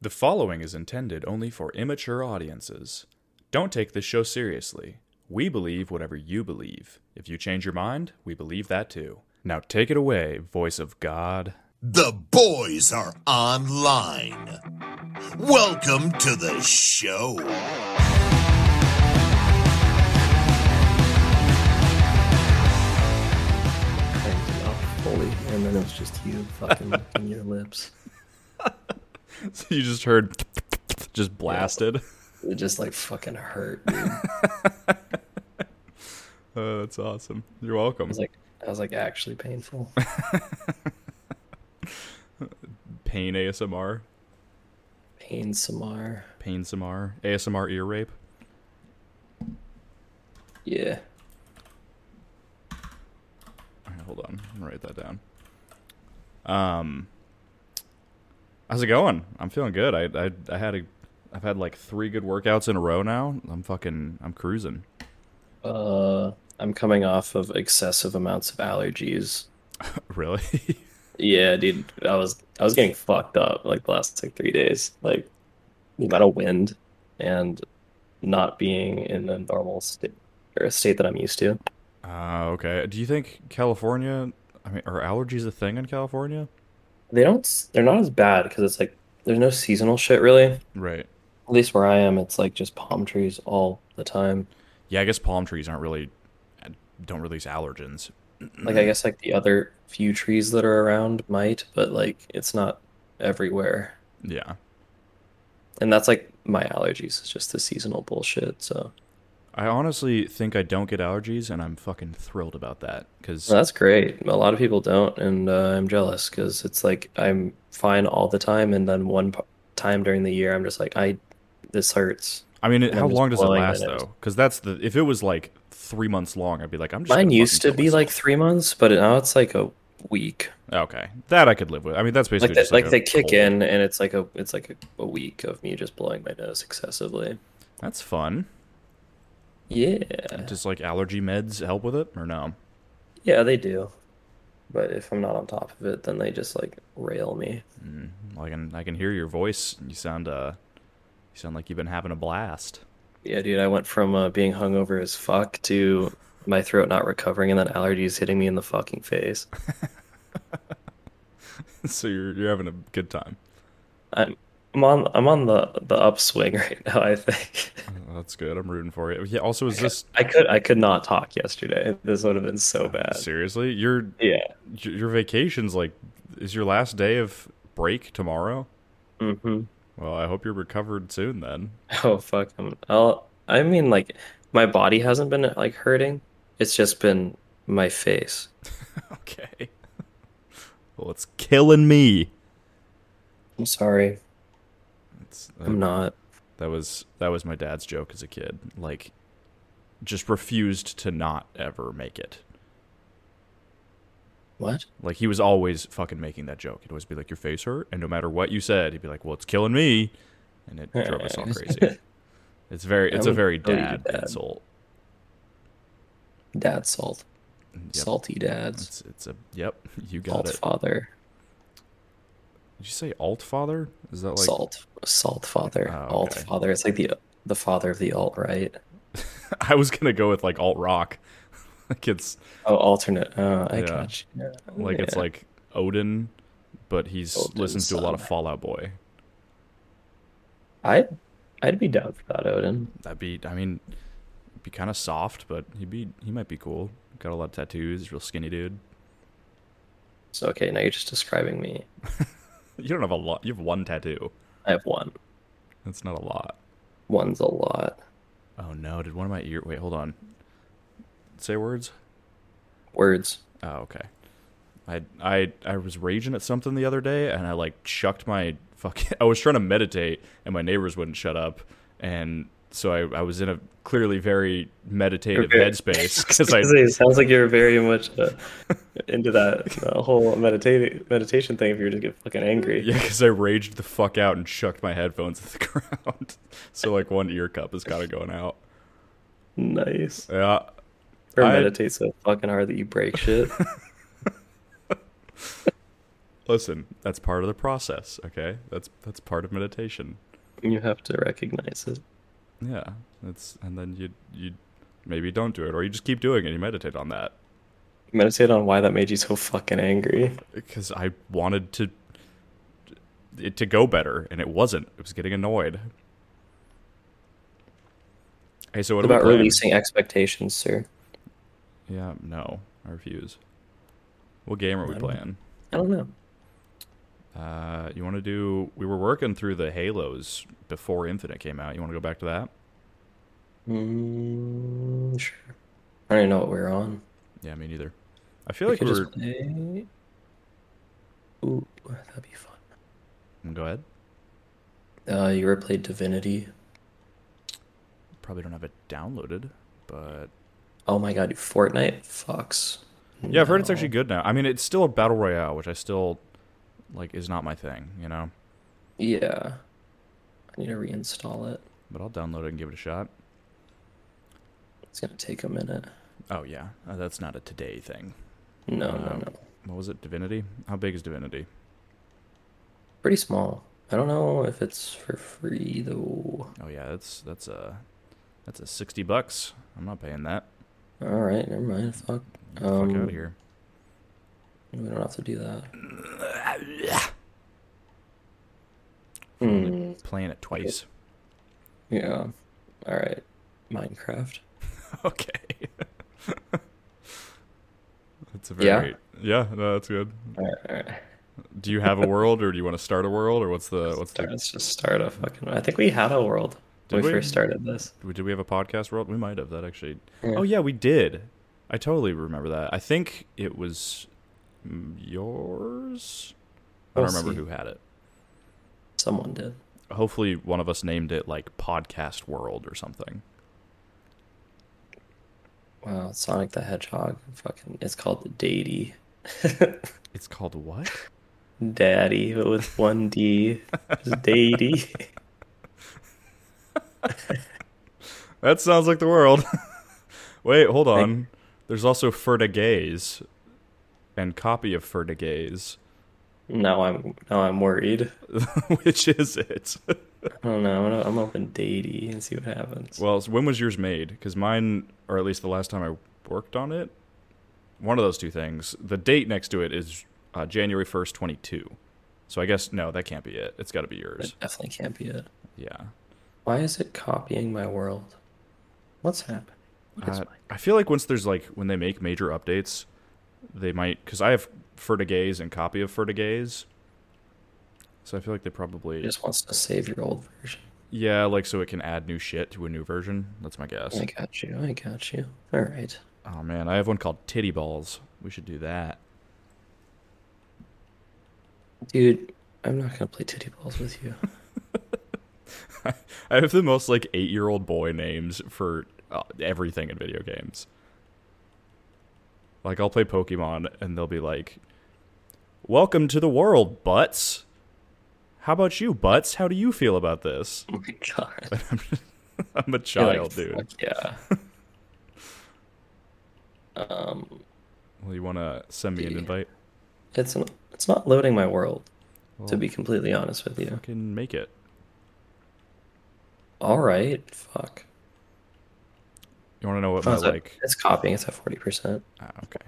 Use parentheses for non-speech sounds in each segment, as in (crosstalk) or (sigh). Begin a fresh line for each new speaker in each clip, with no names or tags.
The following is intended only for immature audiences. Don't take this show seriously. We believe whatever you believe. If you change your mind, we believe that too. Now take it away, voice of God. (laughs)
The boys are online. Welcome to the show.
cranked it up fully, and then it was just you fucking licking your lips.
So you just heard (laughs) just blasted.
It just like fucking hurt. Dude. I
(laughs) Oh, that's awesome. You're welcome.
was like, I was like actually painful.
Pain ASMR,
Pain Samar.
pain SMR, ASMR ear rape.
Yeah.
All right, hold on. I'm gonna write that down. Um, how's it going? I'm feeling good. I I, I had a, I've had like three good workouts in a row now. I'm fucking, I'm cruising. (laughs)
Uh, I'm coming off of excessive amounts of allergies.
Really? (laughs)
Yeah, dude. I was I was getting fucked up like the last like three days. Like, a lot of wind and not being in a normal state or a state that I'm used to.
uh, okay. Do you think California? I mean, are allergies a thing in California?
They don't. s- They're not as bad because it's like there's no seasonal shit really.
Right.
At least where I am, it's like just palm trees all the time.
Yeah, I guess palm trees aren't really, don't release allergens.
Like I guess like the other few trees that are around might, but like it's not everywhere.
Yeah.
And that's like my allergies. It's just the seasonal bullshit. So
I honestly think I don't get allergies, and I'm fucking thrilled about that. Cause
No, that's great. A lot of people don't, and uh, I'm jealous because it's like I'm fine all the time, and then one p- time during the year I'm just like I, this hurts.
I mean, it,
And
how
I'm just
long does it
blowing my
last
nose.
though? Because that's the if it was like three months long, I'd be like, I'm just.
Mine
gonna
used
fucking
to
kill
be like three months, but now it's like a week.
myself. okay, that I could live with. I mean, that's basically
like, that,
just
like,
a
they kick
cold.
in and it's like a it's like a, a week of me just blowing my nose excessively
That's fun.
yeah
Does like allergy meds help with it or no?
yeah they do but if i'm not on top of it then they just like rail me
I can I can hear your voice. You sound uh, you sound like you've been having a blast. (laughs)
yeah dude i went from uh, being hungover as fuck to my throat not recovering and then allergies hitting me in the fucking face
so you're you're having a good time.
i'm i'm on i'm on the the upswing (laughs) right now i think
Oh, That's good. I'm rooting for you. Yeah. Also, is this
i could i could not talk yesterday this would have been so bad
seriously your
yeah
your vacation's like is your last day of break tomorrow?
mm-hmm
Well, I hope you're recovered soon then.
(laughs) Oh fuck! I'm, I'll. I mean, like, my body hasn't been like hurting. It's just been my face.
Okay. (laughs) Well, it's killing me.
I'm sorry.
It's, uh,
I'm not.
that was that was my dad's joke as a kid. Like, just refused to not ever make it.
What?
Like he was always fucking making that joke. He'd always be like, "Your face hurt," and no matter what you said, he'd be like, "Well, it's killing me," and it drove us all
(laughs)
crazy. It's very,
I
it's a
would
very
kill you,
dad,
Dad.
insult.
Dad salt.
Mm, Yep.
Salty dads.
It's, it's a yep. You got
Salt
it.
father.
Did you say alt father? Is that like
Salt. Salt father.
Oh,
Alt
okay.
father. It's like the the father of the alt right.
(laughs) I was gonna go with like alt rock. (laughs) like it's
Oh, alternate. Oh, I
Yeah.
got you.
Like it's
Yeah.
like Odin, but he's
Odin's
listens to a lot of
son.
Fallout Boy.
I'd I'd be down for that, Odin.
That'd be, I mean, be kind of soft, but he'd be, he might be cool. Got a lot of tattoos, real skinny dude. (laughs)
So okay, now you're just describing me.
You don't have a lot. You have one tattoo.
I have one.
That's not a lot.
One's a lot.
Oh no! Did one of my ear? Wait, hold on. Say words.
Words.
Oh okay. I I I was raging at something the other day, and I like chucked my fucking. (laughs) I was trying to meditate, and my neighbors wouldn't shut up, and so I I was in a clearly very meditative
Okay. (laughs)
headspace because I
Because it sounds like you're very much uh, into that uh, whole meditating meditation thing. If you were just get fucking angry,
(laughs) Yeah, because I raged the fuck out and chucked my headphones at the (laughs) ground. so like one ear cup is kind of going out.
nice.
Yeah,
Or
I- (laughs)
meditate so fucking hard that you break shit.
Listen, that's part of the process, okay? That's that's part of meditation.
You have to recognize it.
Yeah. That's and then you you maybe don't do it or you just keep doing it, you meditate on that.
Meditate on why that made you so fucking angry.
Because I wanted to it to go better and it wasn't. It was getting annoyed. Hey, so what,
What about
are we playing?
releasing expectations, sir?
Yeah, no, I refuse. What game are we
I don't know.
playing?
I don't know.
Uh, you want to do? We were working through the Halos before Infinite came out. You want to go back to that?
Mm, sure. I don't even know what we're on.
Yeah, me neither. I
We
feel like
could
we
just
are
play. Ooh, that'd be fun.
Mm, Go ahead.
Uh, you ever played Divinity?
Probably don't have it downloaded, but
Oh my god, Fortnite? Fox.
yeah, I've heard it's actually good now. I mean, it's still a battle royale, which I still like is not my thing, you know.
Yeah. I need to reinstall it.
But I'll download it and give it a shot.
It's gonna take a minute.
Oh yeah, uh, that's not a today thing.
No,
Uh,
no, no.
What was it? Divinity? How big is Divinity?
Pretty small. I don't know if it's for free though.
Oh yeah, that's that's a that's a sixty bucks. I'm not paying that.
Alright, never mind. Fuck.
Get the
Um,
fuck out of here.
We don't have to do that. hmm.
Only Playing it twice. (laughs)
Yeah. Alright. Minecraft.
okay. that's a
Yeah?
very yeah. No, that's good.
Alright, alright.
Do you have a world, or do you want to start a world, or what's the what's the
Let's just start a fucking. I think we had a world when
Did
we
we?
first started this.
did we have a podcast world? We might have that actually.
Yeah.
Oh yeah, we did. I totally remember that. I think it was mm, yours. I don't
We'll
remember
see.
who had it.
Someone did.
Hopefully, one of us named it like Podcast World or something.
Wow, Sonic the Hedgehog. Fucking, it's called the Daddy.
It's called what?
Daddy, but with one D. It's
(laughs)
Daddy.
(laughs) That sounds like the world. (laughs) Wait, hold on. There's also Fertigaze and copy of Fertigaze.
now I'm now I'm worried.
(laughs) Which is it?
I don't know. I'm gonna, I'm gonna open Daddy and see what
(laughs)
happens.
well, so when was yours made? Because mine, or at least the last time I worked on it, one of those two things. The date next to it is uh, January 1st, 22. So I guess, no, that can't be it. It's got to be
that
yours.
definitely can't be it.
Yeah.
Why is it copying my world? What's happening? What is
Uh,
my-
I feel like once there's like when they make major updates, they might because I have Fertigaze and copy of Fertigaze, so I feel like they probably
It just wants to save your old version.
yeah like so it can add new shit to a new version. That's my guess.
I got you. I got you. All right.
oh man, I have one called Titty Balls. We should do that.
Dude, I'm not gonna play titty balls with
(laughs)
you.
I have the most like eight year old boy names for uh, everything in video games. Like I'll play Pokemon and they'll be like, "Welcome to the world, Butts." How about you, Butts? How do you feel about this? (laughs)
Oh my god.
I'm a
You're like,
child, dude.
"Fuck yeah. (laughs) um,
Well, you want to send me an
Yeah.
invite?
it's not, it's not loading my world, to
Well,
be completely honest with you.
fucking make it.
All right, fuck.
You want to know what
Oh,
my
it's at-
like?
it's copying. It's at forty percent.
Ah, okay.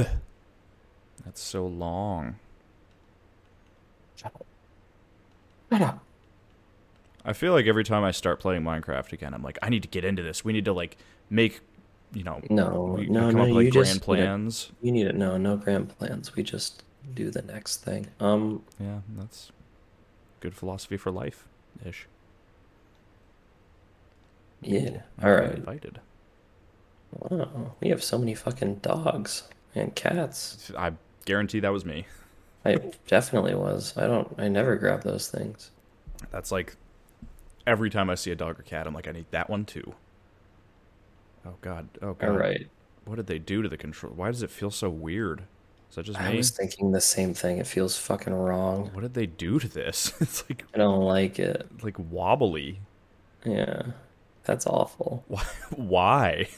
Ugh, that's so long.
Shut up. Shut up.
I feel like every time I start playing Minecraft again, I'm like, I need to get into this. We need to like make, you know,
No,
we,
no,
we come
no.
up
you
with like
just
grand
need to-
plans.
You need to know no grand plans. We just do the next thing. Um,
Yeah, that's good philosophy for life, ish.
yeah. All right.
Invited.
Wow, we have so many fucking dogs and cats.
I guarantee that was me.
I definitely was. I don't. I never grab those things.
That's like every time I see a dog or cat, I'm like, I need that one too. Oh god. Oh god.
All right.
What did they do to the control? Why does it feel so weird? Is that just
I
me?
was thinking the same thing. It feels fucking wrong.
What did they do to this? (laughs) It's like
I don't like it.
like wobbly. (laughs)
Yeah. That's awful.
Why? Why?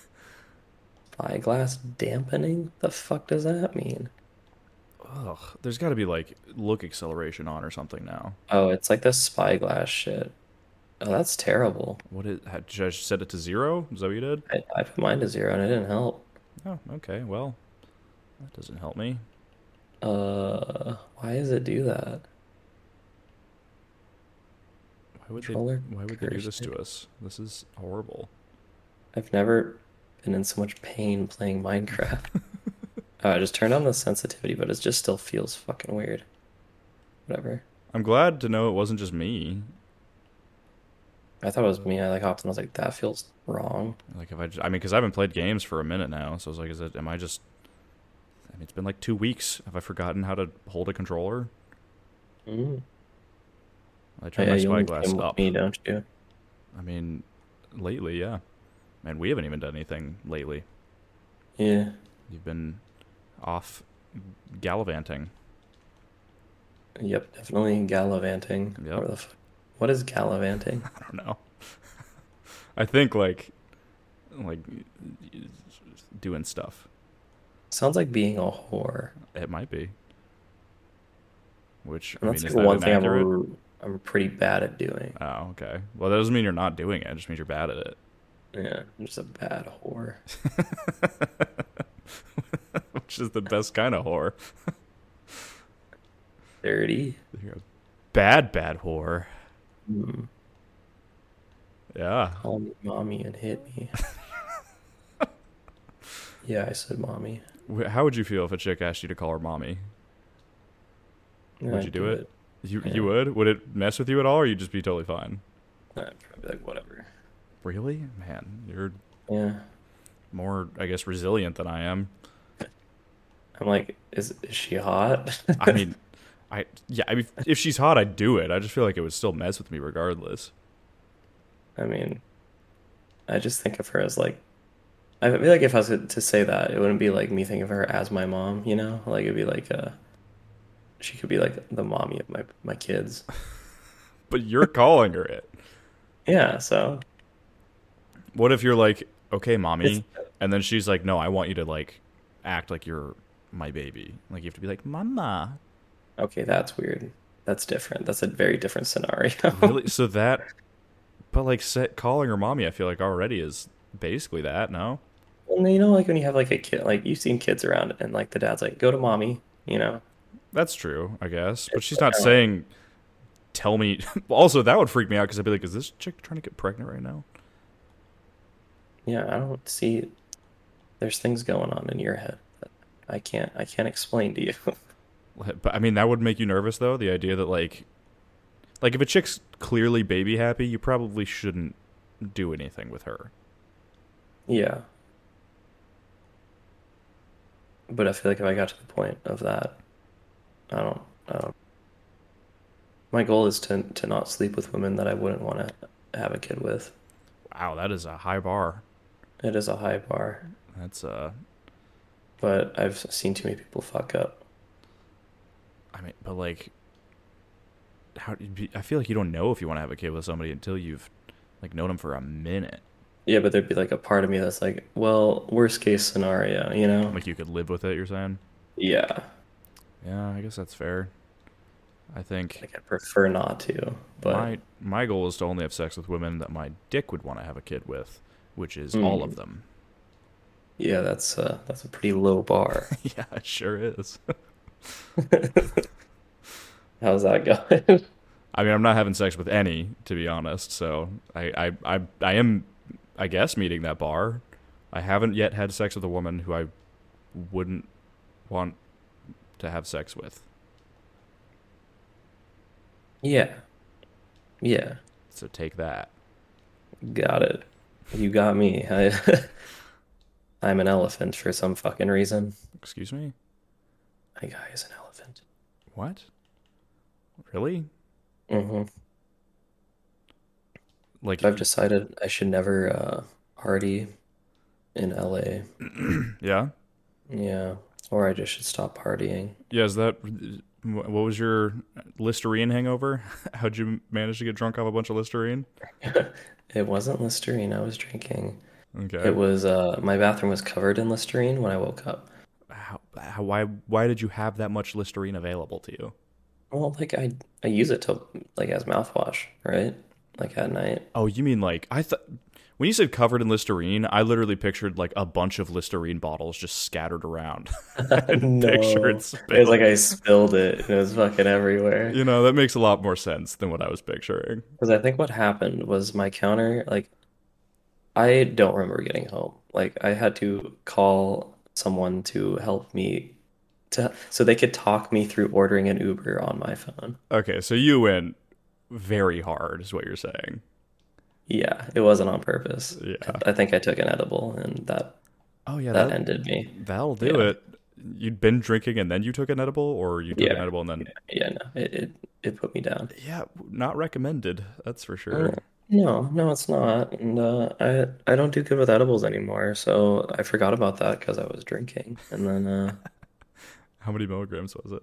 Spyglass dampening? The fuck does that mean?
Ugh, there's got to be like look acceleration on or something now.
Oh, it's like the spyglass shit. Oh, that's terrible.
What is? ha- Did I set it to zero? Is that what you did?
I, I put mine to zero and it didn't help.
Oh, okay. Well, that doesn't help me.
Uh, why does it do that?
Why would they?
Controller
Why would they do this to
cursed.
us? This is horrible.
I've never been in so much pain playing Minecraft. (laughs) oh, I just turned on the sensitivity, but it just still feels fucking weird. Whatever.
I'm glad to know it wasn't just me.
I thought it was me. I like hopped and I was like, that feels wrong.
Like if I, just, I mean, because I haven't played games for a minute now, so I was like, is it? Am I just? I mean, it's been like two weeks. Have I forgotten how to hold a controller?
Mm.
I turned my
you only
spyglass
game with
up.
me, don't you?
I mean, lately, yeah. Man, we haven't even done anything lately.
Yeah.
You've been off gallivanting.
Yep, definitely gallivanting.
Yep.
What, the f- what
(laughs)
is gallivanting?
I don't know. I think like, like doing stuff.
Sounds like being a whore.
It might be. Which I
And
mean,
that's
is
like
that
one thing I'm,
inaccurate?
r- I'm pretty bad at doing.
Oh, okay. Well, that doesn't mean you're not doing it. It just means you're bad at it. (laughs)
Yeah, I'm just a bad whore.
Which is the best kind of whore.
Dirty.
You're a bad, bad whore.
Mm.
Yeah.
Call me mommy and hit
(laughs)
me. yeah, I said mommy.
Wh- How would you feel if a chick asked you to call her mommy?
And
Would
I'd
you do it? You
Yeah.
you would? Would it mess with you at all, or you'd just be totally fine?
I'd probably be like, whatever.
Really, man, you're
Yeah.
more, I guess, resilient than I am.
I'm like, is, is she hot?
I mean, I yeah, I mean, if she's hot, I'd do it. I just feel like it would still mess with me regardless.
I mean, I just think of her as like, I feel like if I was to say that, it wouldn't be like me thinking of her as my mom, you know? Like it'd be like uh she could be like the mommy of my my kids.
But you're calling her it.
Yeah, so
What if you're like, okay, mommy,
It's-
and then she's like, no, I want you to like act like you're my baby. Like you have to be like, mama.
okay, that's weird. That's different. That's a very different scenario.
Really? so that, but like, set, calling her mommy, I feel like already is basically that. No.
Well, you know, like when you have like a kid, like you've seen kids around, and like the dad's like, "Go to mommy," you know?
That's true, I guess. But
It's
she's not
like-
saying, tell me. (laughs) also, that would freak me out because I'd be like, is this chick trying to get pregnant right now?
Yeah, I don't see. There's things going on in your head that I can't I can't explain to you. (laughs)
Like, But I mean, that would make you nervous, though. The idea that, like, like if a chick's clearly baby happy, you probably shouldn't do anything with her.
Yeah. But I feel like if I got to the point of that, I don't, I don't. My goal is to to not sleep with women that I wouldn't want to have a kid with.
Wow, that is a high bar.
It is a high bar,
That's uh,
but I've seen too many people fuck up.
I mean, but like, how? do you be- I feel like you don't know if you want to have a kid with somebody until you've like known them for a minute.
Yeah, but there'd be like a part of me that's like, well, worst case scenario, you know?
Like you could live with it. You're saying?
Yeah,
Yeah, I guess that's fair. I think.
like I prefer not to, but
my my goal is to only have sex with women that my dick would want to have a kid with, which is
Hmm.
all of them. (laughs)
yeah, that's uh that's a pretty low bar. (laughs)
yeah, it sure is.
How's that (laughs) going?
I mean, I'm not having sex with any, to be honest. So I I I, I am, I guess, meeting that bar. I haven't yet had sex with a woman who I wouldn't want to have sex with.
Yeah. Yeah.
So take that.
Got it. You got me. I, (laughs) I'm an elephant for some fucking reason.
Excuse me.
My guy is an elephant.
What? Really? Mm-hmm.
hmm
Like
I've decided I should never uh, party in LA.
yeah.
Yeah. Or I just should stop partying.
Yeah, is that what was your Listerine hangover? (laughs) How'd you manage to get drunk off a bunch of Listerine?
It wasn't Listerine I was drinking.
Okay.
It was, uh, my bathroom was covered in Listerine when I woke up.
How, how, why why did you have that much Listerine available to you?
Well, like I I use it to like as mouthwash, right? Like at night. (laughs)
Oh, you mean like I thought when you said covered in Listerine, I literally pictured like a bunch of Listerine bottles just scattered around. (laughs)
No.
(laughs) Picture
it was like I spilled it and it was fucking everywhere.
you know, that makes a lot more sense than what I was picturing.
Because I think what happened was my counter, like, I don't remember getting home. Like, I had to call someone to help me to so they could talk me through ordering an Uber on my phone.
Okay, so you went very hard is what you're saying.
Yeah, it wasn't on purpose.
Yeah.
I think I took an edible and that
Oh yeah,
that
that,
ended me.
that'll do
yeah.
it. You'd been drinking and then you took an edible or you took an
Yeah.
edible and then
Yeah, no, it it, it put me down.
yeah, not recommended. That's for sure.
Mm. No, no, it's not. And uh, I I don't do good with edibles anymore, so I forgot about that because I was drinking. And then uh,
How many milligrams was it?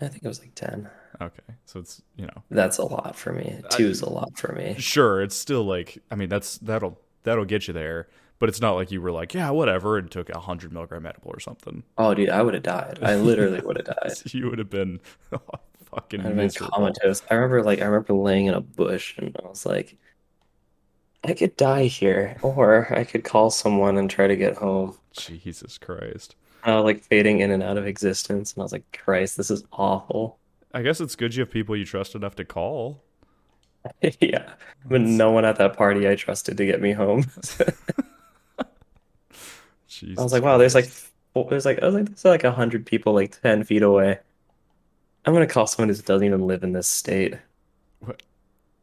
I think it was like 10.
Okay. So it's, you know,
That's a lot for me. Two's a lot for
(laughs)
me.
sure, it's still like I mean, that's that'll that'll get you there, but it's not like you were like, yeah, whatever, and took a 100 milligram edible or something.
Oh, dude, I would have died. I literally would have died.
(laughs) You would have been fucking
I'd have been
miserable.
comatose. I remember, like, I remember laying in a bush, and I was like, I could die here, or I could call someone and try to get home.
Jesus Christ.
I was like fading in and out of existence, and I was like, Christ, this is awful. (laughs)
I guess it's good you have people you trust enough to call.
yeah, but no one at that party I trusted to get me home. (laughs)
Jesus.
I was like, wow, there's like, four, there's like, I was like, there's like a hundred people like ten feet away. I'm gonna call someone who doesn't even live in this state.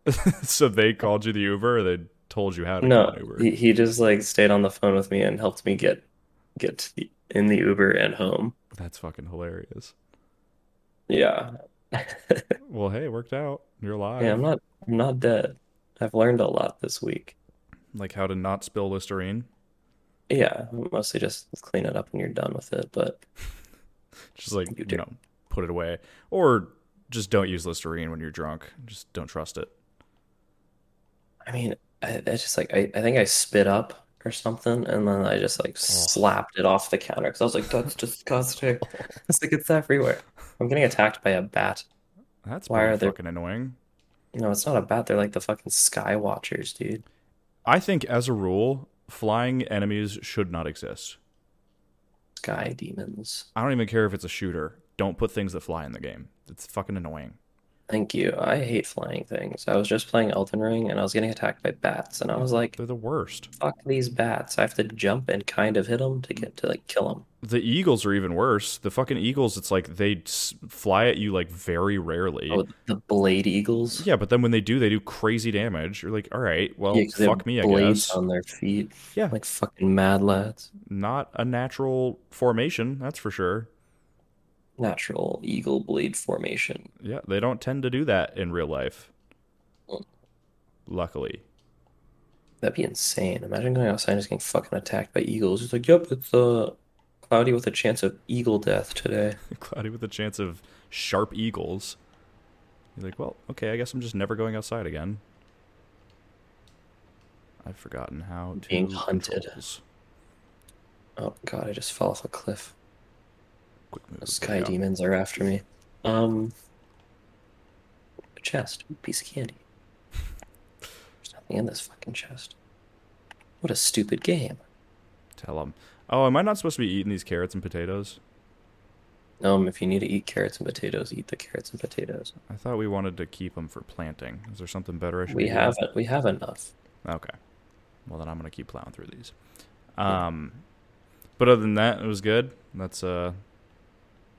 (laughs) so they called you the Uber, or they told you how to
No,
call an Uber.
he, he just like stayed on the phone with me and helped me get get to the, in the Uber and home.
That's fucking hilarious.
Yeah.
Well, hey, it worked out. You're alive.
Yeah, I'm not I'm not dead. I've learned a lot this week.
Like how to not spill Listerine.
Yeah, mostly just clean it up when you're done with it, but
Just like, you
dare.
know, put it away. Or just don't use Listerine when you're drunk. Just don't trust it.
I mean, I, I just like I, I think I spit up or something, and then I just
Oh.
like slapped it off the counter because I was like,
(laughs)
"That's disgusting." It's like it's everywhere. I'm getting attacked by a bat.
That's
Why
pretty
are there-
fucking annoying.
No, it's not a bat. They're like the fucking sky watchers, dude.
I think as a rule, flying enemies should not exist.
Sky demons.
I don't even care if it's a shooter. Don't put things that fly in the game. It's fucking annoying.
Thank you. I hate flying things. I was just playing Elden Ring and I was getting attacked by bats, and I
(laughs)
was like,
They're the worst.
"Fuck these bats!" I have to jump and kind of hit them to get to like kill them.
The Eagles are even worse. The fucking Eagles, it's like they s- fly at you like very rarely.
Oh, the blade eagles.
Yeah, but then when they do, they do crazy damage. You're like, all right, well,
Yeah, 'cause they have
fuck me, I
blades
guess.
on their feet.
Yeah.
like fucking mad lads.
Not a natural formation, that's for sure.
natural eagle blade formation.
Yeah, they don't tend to do that in real life.
Mm.
Luckily.
That'd be insane. Imagine going outside and just getting fucking attacked by eagles. It's like, yep, it's uh cloudy with a chance of eagle death today.
(laughs) Cloudy with a chance of sharp eagles. You're like, well, okay, I guess I'm just never going outside again. I've forgotten how to
Being hunted.
controls.
Oh god, I just fell off a cliff.
Quick move.
Those sky
yeah.
demons are after me. Um a chest. Ooh, piece of candy. There's nothing in this fucking chest. What a stupid game.
Tell them. Oh, am I not supposed to be eating these carrots and potatoes?
Um, if you need to eat carrots and potatoes, eat the carrots and potatoes.
I thought we wanted to keep them for planting. Is there something better I should
We
be doing?
have we have enough.
Okay. Well, then I'm gonna keep plowing through these. Um, but other than that, it was good. That's uh,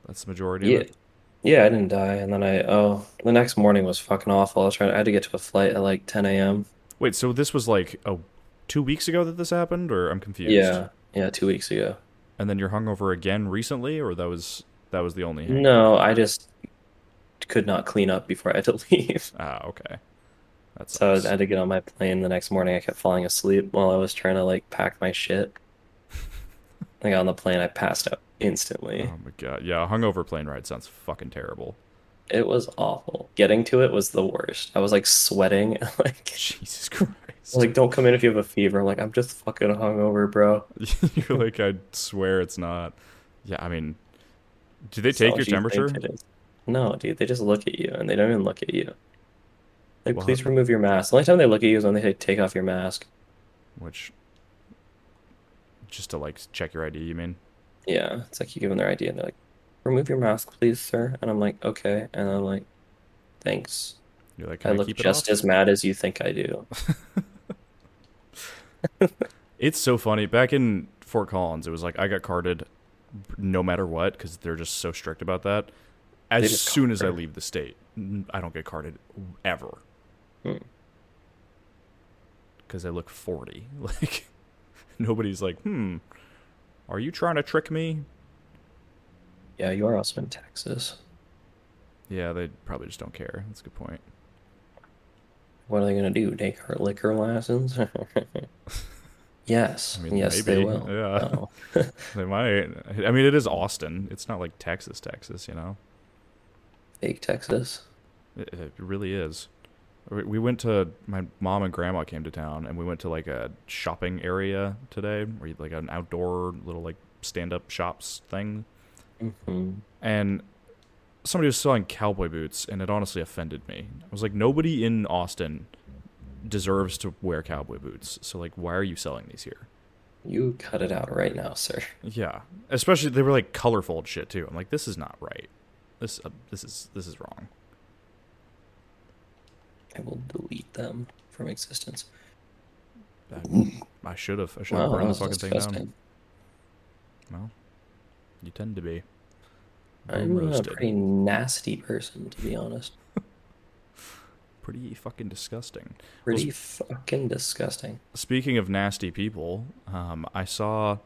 that's the majority
Yeah.
of it.
Yeah, I didn't die, and then I oh, the next morning was fucking awful. I was trying, I had to get to a flight at like 10 a.m.
Wait, so this was like a two weeks ago that this happened, or I'm confused.
Yeah, yeah, two weeks ago.
And then you're hungover again recently, or that was that was the only. hang-
No, I just could not clean up before I had to (laughs) leave.
Ah, okay. That's
So I had to get on my plane the next morning. I kept falling asleep while I was trying to like pack my
(laughs)
shit. I got on the plane, I passed out instantly.
Oh my god. Yeah, a hungover plane ride sounds fucking terrible. (laughs)
It was awful. Getting to it was the worst. I was like sweating, (laughs) like,
Jesus Christ. (laughs)
like don't come in if you have a fever. I'm like, I'm just fucking hungover, bro.
You're like, I swear it's not. Yeah, I mean, Do they
It's not
take your
like you think
temperature?
it is. No, dude, they just look at you and they don't even look at you. Like,
What?
please remove your mask. The only time they look at you is when they say, take off your mask.
Which just to like check your ID, you mean?
Yeah, it's like you give them their idea and they're like, remove your mask, please, sir. And I'm like, okay. And I'm like, thanks.
You're like,
I
Can I,
look
keep it
just
off?
as mad as you think I do. (laughs)
It's so funny. Back in Fort Collins, it was like I got carded no matter what because they're just so strict about that.
They
As
just
soon as I
card.
leave the state, n- I don't get carded ever.
Hmm.
Because I look 40. (laughs) Like, nobody's like, hmm, are you trying to trick me?
Yeah, you are also in Texas.
Yeah, they probably just don't care. That's a good point.
What are they gonna do? Take her liquor license? (laughs) yes.
I mean,
yes, they
maybe.
will.
Yeah. (laughs)
No.
They might. I mean, it is Austin. It's not like Texas, Texas, you know?
Fake Texas.
It, it really is. We we went to my mom and grandma came to town, and we went to like a shopping area today, where you, like an outdoor little like stand-up shops thing.
Mhm.
And somebody was selling cowboy boots, and it honestly offended me. I was like, nobody in Austin deserves to wear cowboy boots, so like, why are you selling these here?
You cut it out right now, sir.
Yeah, especially they were like colorful and shit too. I'm like, this is not right. This uh, this is this is wrong.
I will delete them from existence.
I, I should have. I should have
Wow, that
burned the
was
fucking thing down.
disgusting.
Well, you tend to be.
I'm
Boom
a
roasted.
pretty nasty person, to be honest.
Pretty fucking disgusting. Well,
Pretty fucking disgusting.
speaking of nasty people, um, I saw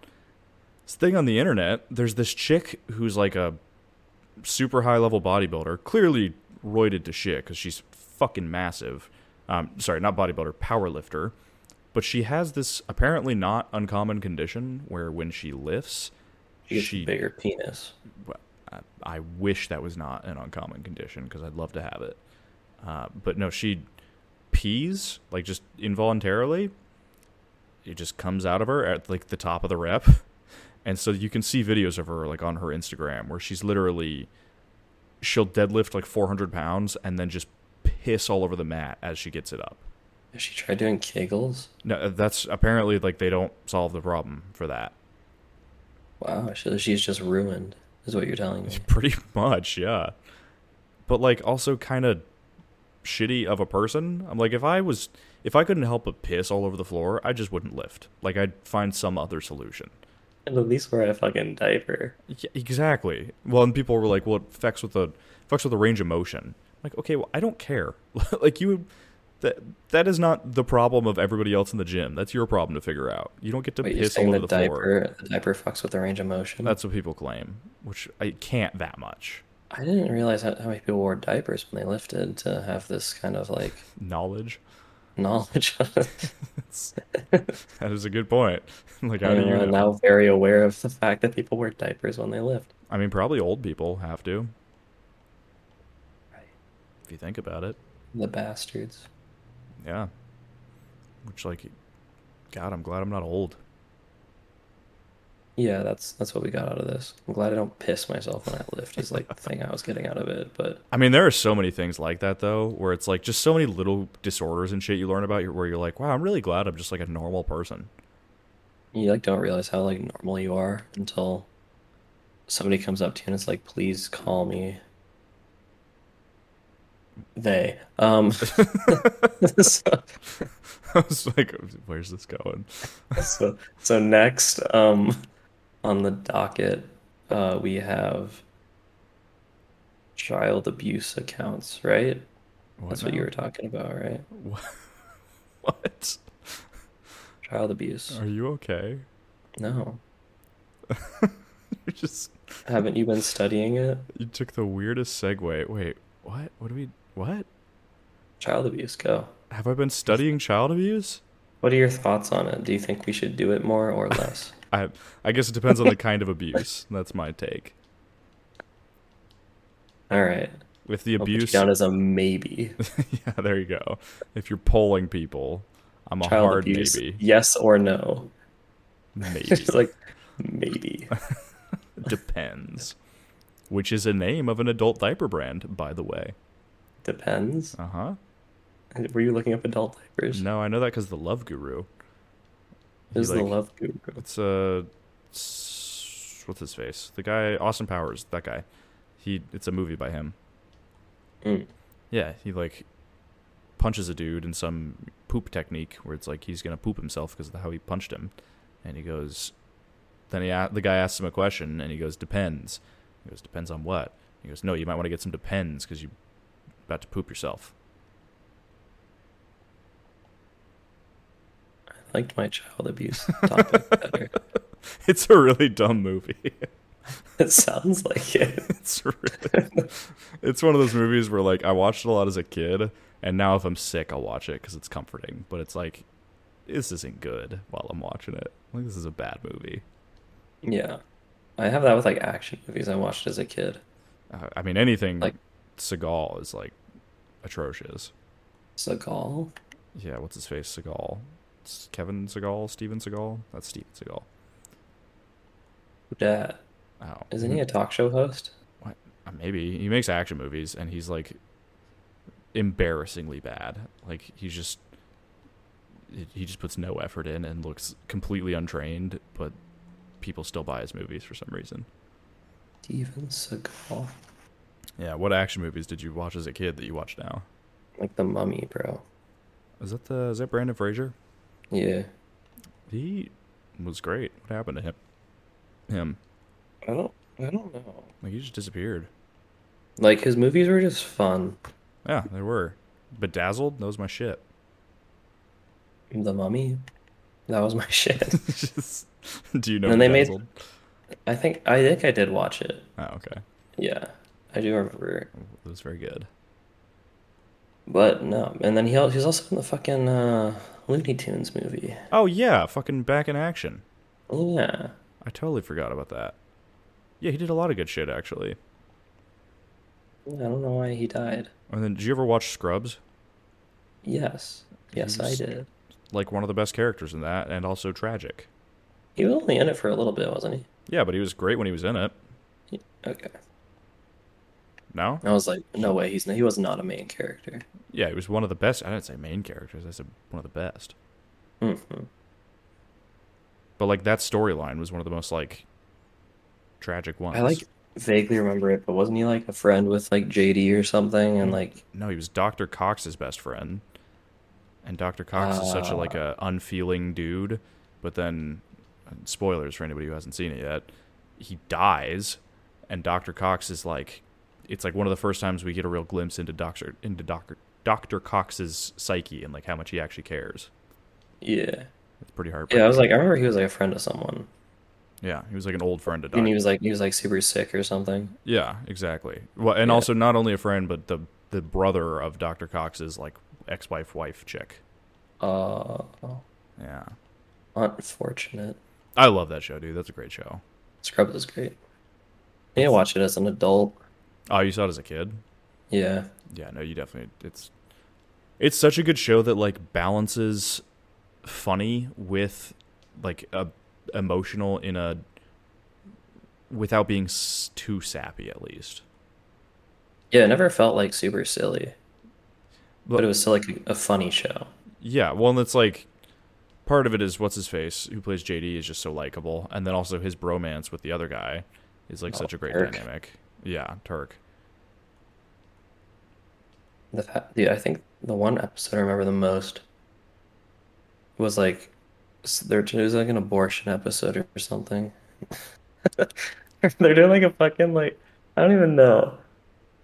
this thing on the internet. There's this chick who's like a super high level bodybuilder, clearly roided to shit because she's fucking massive. Um, sorry, not bodybuilder, powerlifter. But she has this apparently not uncommon condition where when she lifts,
She gets a
She-
bigger penis.
well, I, I wish that was not an uncommon condition because I'd love to have it. Uh, but no, she pees like just involuntarily. It just comes out of her at like the top of the rep, and so you can see videos of her like on her Instagram where she's literally she'll deadlift like 400 pounds and then just piss all over the mat as she gets it up.
Has she tried doing kegels?
No, that's apparently like they don't solve the problem for that.
Wow, so she's just ruined, is what you're telling me.
(laughs) Pretty much, yeah. But like also kind of shitty of a person. I'm like if I was if I couldn't help but piss all over the floor, I just wouldn't lift. Like I'd find some other solution.
And at least wear a fucking diaper.
Yeah, exactly. Well, and people were like, "Well, it affects with the affects with the range of motion." I'm like, okay, well, I don't care. (laughs) like you, that that is not the problem of everybody else in the gym. That's your problem to figure out. You don't get to
Wait, you're
piss all
saying
over
the,
the, floor.
diaper the diaper fucks with the range of motion?
That's what people claim, which I can't that much
I didn't realize how, how many people wore diapers when they lifted to have this kind of like (laughs)
knowledge.
knowledge. on it.
That is a good point. (laughs) like, how do you
I'm
know?
now very aware of the fact that people wear diapers when they lift.
I mean, probably old people have to. If you think about it,
The bastards.
yeah. Which, like, God, I'm glad I'm not old.
Yeah, that's that's what we got out of this. I'm glad I don't piss myself when I lift is like the thing I was getting out of it, but
I mean, there are so many things like that though, where it's like just so many little disorders and shit you learn about, where you're like, wow, I'm really glad I'm just like a normal person. (laughs)
you like don't realize how like normal you are until somebody comes up to you and it's like, please call me. They. Um (laughs) so-
I was like, where's this going? (laughs)
So, so next, um, on the docket, uh, we have child abuse accounts, right? That's what you were talking about, right?
were. What?
Child abuse.
Are you okay?
No.
You just
Haven't you been studying it?
you took the weirdest segue. Wait, what? What do we? What?
Child abuse, go.
Have I been studying child abuse?
What are your thoughts on it? Do you think we should do it more or less?
I I guess it depends on the kind of
(laughs)
abuse. That's my take.
All right.
If the
I'll put you
abuse,
down as a
(laughs)
maybe.
yeah, there you go. If you're polling people, I'm a
Child
hard
abuse,
maybe.
(laughs) yes or no?
Maybe (laughs)
It's like maybe.
depends. which is a name of an adult diaper brand, by the way.
Depends.
Uh huh.
Were you looking up adult diapers?
No, I know that because the Love Guru. He,
Who's the
like-
love guru?
It's uh, s- what's his face? The guy Austin Powers. That guy. He. It's a movie by him.
Mm.
Yeah, he like punches a dude in some poop technique where it's like he's gonna poop himself because of how he punched him, and he goes. Then he a- the guy asks him a question, and he goes, "Depends." He goes, "Depends on what?" He goes, "No, you might want to get some depends because you about to poop yourself." (laughs)
I liked my
(laughs)
child abuse topic better.
It's a really dumb movie. (laughs)
It sounds like it.
it's really, (laughs) it's one of those movies where like I watched it a lot as a kid, and now if I'm sick, I'll watch it because it's comforting. But it's like, this isn't good while I'm watching it. Like this is a bad movie.
Yeah. I have that with like action movies I watched as a kid.
Uh, I mean, anything like
Like-
Seagal is like atrocious.
Seagal?
Yeah, what's his face? Seagal, it's Kevin Seagal, Steven Seagal. That's Steven Seagal.
Yeah.
Oh,
Isn't he a talk show host?
Uh, maybe he makes action movies and he's like embarrassingly bad like he's just he- he just puts no effort in and looks completely untrained but people still buy his movies for some reason
Steven Seagal.
yeah what action movies did you watch as a kid that you watch now
Like the mummy, bro.
is that the is that brandon fraser
Yeah.
he was great what happened to him him
I don't I don't know.
like he just disappeared
Like his movies were just fun.
yeah they were bedazzled that was my shit (laughs)
The mummy? That was my (laughs) shit.
Just- do you know
And they made-
bedazzled
I think I think I did watch it.
oh okay
Yeah. I do remember it.
it was very good
But no, and then he al- he's also in the fucking uh, Looney Tunes movie. Oh,
Oh yeah, fucking back in action.
Yeah,
I totally forgot about that. Yeah, he did a lot of good shit actually.
I don't know why he died.
And then did you ever watch Scrubs?
Yes, yes, I
He's-
did.
Like one of the best characters in that and also tragic.
He was only in it for a little bit, wasn't
Yeah, but he was great when he was in it.
he? He- Okay,
No?
I was like, no way, he's he was not a main character.
Yeah, he was one of the best. I didn't say main characters. I said one of the best.
hmm
But like that storyline was one of the most like tragic ones.
I like vaguely remember it, but wasn't he like a friend with like JD or something? And like,
No, he was Dr. Cox's best friend. And Dr. Cox is such a like a
Ah.
unfeeling dude, but then spoilers for anybody who hasn't seen it yet, he dies and Dr. Cox is like it's like one of the first times we get a real glimpse into Doctor into Doctor Dr. Cox's psyche and like how much he actually cares.
yeah,
It's pretty heartbreaking.
yeah, I was like, I remember he was like a friend of someone,
Yeah, he was like an old friend of Dr.
and he was like he was like super sick or something.
Yeah, exactly. Well, and
Yeah.
also not only a friend but the the brother of Dr. Cox's like ex-wife wife chick.
Uh,
Yeah.
unfortunate.
I love that show, dude. That's a great show.
Scrubs is great. I need to watch it as an adult.
Oh, you saw it as a kid?
Yeah.
Yeah, no, you definitely it's it's such a good show that like balances funny with like a emotional in a without being s- too sappy at least.
Yeah, it never felt like super silly,
But-
but it was still like a, a funny show.
Yeah, well, and it's like part of it is what's his face who plays JD is just so likable, and then also his bromance with the other guy is like
Oh,
such a great
Turk.
dynamic. Yeah, Turk.
The fa- yeah, I think the one episode I remember the most was like s- there there was like an abortion episode or something. (laughs) They're doing like a fucking like I don't even know.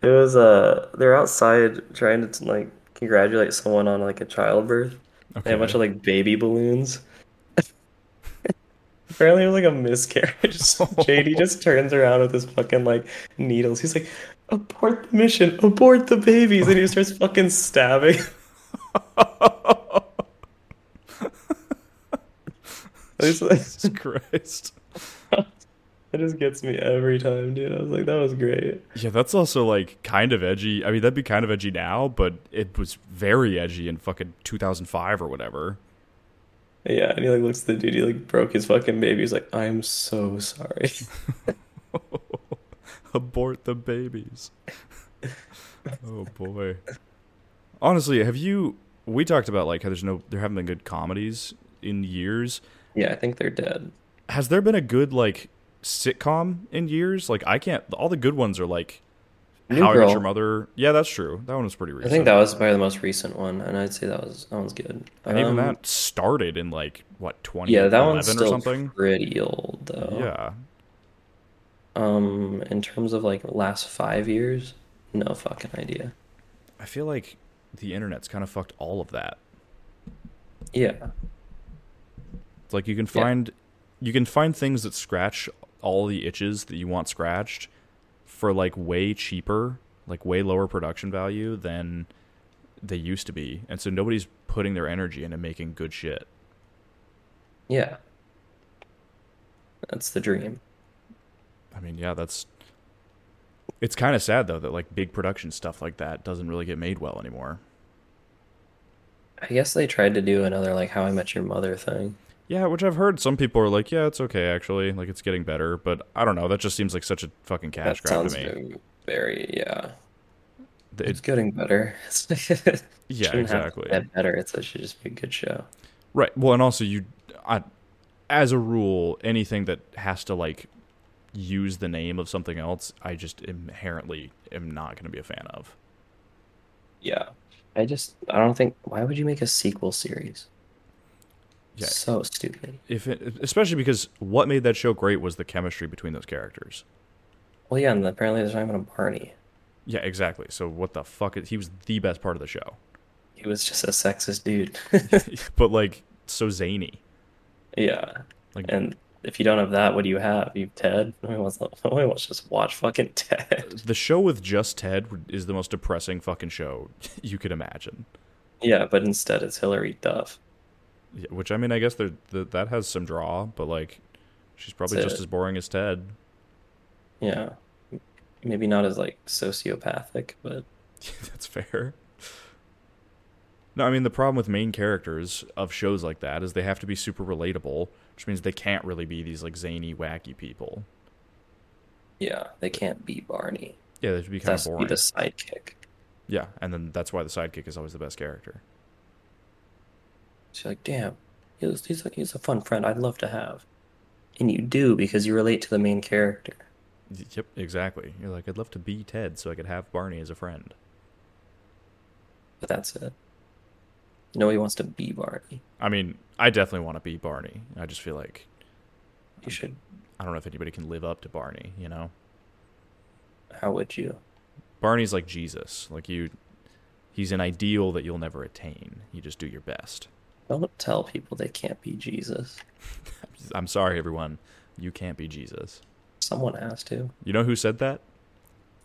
It was uh they're outside trying to like congratulate someone on like a childbirth. They
Okay.
had a bunch of like baby balloons. (laughs) Apparently, it was like a miscarriage. (laughs) So JD just turns around with his fucking like needles. He's like, abort the mission, abort the babies. And he starts fucking stabbing. (laughs) It's like, (laughs)
Jesus (laughs) Christ.
it just gets me every time, dude. I was like, that was great.
Yeah, that's also like kind of edgy. I mean, that'd be kind of edgy now, but it was very edgy in fucking 2005 or whatever. (laughs)
Yeah. And he like looks at the dude, he like broke his fucking baby. He's like, I'm so sorry.
abort the babies.
(laughs)
oh boy. Honestly, have you? We talked about like how there's no, there haven't been good comedies in years.
(laughs) Yeah, I think they're dead.
Has there been a good like sitcom in years? Like I can't. All the good ones are like
New
How I Met Your
Girl.
Mother. Yeah, that's true. That one was pretty
I
recent.
think that was probably the most recent one, and I'd say that was that one's good.
and even
Um,
that started in like what twenty
yeah, that one's
or
still
something.
pretty old though.
Yeah,
Um, in terms of like last five years, no fucking idea.
I feel like the internet's kind of fucked all of that.
Yeah,
It's like you can
Yeah.
find you can find things that scratch all the itches that you want scratched for like way cheaper, like way lower production value than they used to be. And so nobody's putting their energy into making good shit.
yeah. That's the dream.
I mean, yeah, that's it's kind of sad though that like big production stuff like that doesn't really get made well anymore.
I guess they tried to do another like How I Met Your Mother thing.
Yeah, which I've heard some people are like, yeah, it's okay actually, like it's getting better, but I don't know, that just seems like such a fucking cash
that
grab
sounds
to me.
very, very yeah.
Th-
It's
it-
getting better. (laughs)
yeah,
Shouldn't have to
exactly.
get better. It's, it should just be a good show.
Right. Well, and also you, I, as a rule, anything that has to like use the name of something else, I just inherently am not going to be a fan of.
Yeah. I just I don't think why would you make a sequel series?
Yeah.
So stupid.
If it, especially because what made that show great was the chemistry between those characters.
Well, yeah, and apparently there's not even a Barney.
Yeah, exactly. So what the fuck? Is, he was the best part of the show, (laughs)
He was just a sexist dude.
but like so zany.
yeah.
Like-
and if you don't have that, what do you have? You have Ted. (laughs) No one wants, no one wants to just watch fucking (laughs) Ted.
The show with just Ted is the most depressing fucking show (laughs) you could imagine.
Yeah, but instead it's Hillary Duff.
Yeah, Which I mean, I guess there th- that has some draw, but like, she's probably
That's
just
it.
as boring as Ted. (laughs)
Yeah. Maybe not as like sociopathic, but
That's fair. No, I mean the problem with main characters of shows like that is they have to be super relatable, which means they can't really be these like zany, wacky people.
yeah, they can't be Barney.
Yeah, they should be kind
That's
of
be
boring.
the sidekick.
Yeah, and then that's why the sidekick is always the best character.
She's like, damn, he was, he's, like, he's a fun friend I'd love to have. And you do because you relate to the main character.
Y- Yep, exactly. You're like, I'd love to be Ted so I could have Barney as a friend.
But that's it. Nobody wants to be Barney.
I mean, I definitely want to be Barney. I just feel like
You should.
I don't know if anybody can live up to Barney. You know,
How would you?
Barney's like Jesus. Like you, he's an ideal that you'll never attain. You just do your best.
Don't tell people they can't be Jesus.
I'm sorry, everyone. You can't be Jesus.
Someone has to.
You know who said that?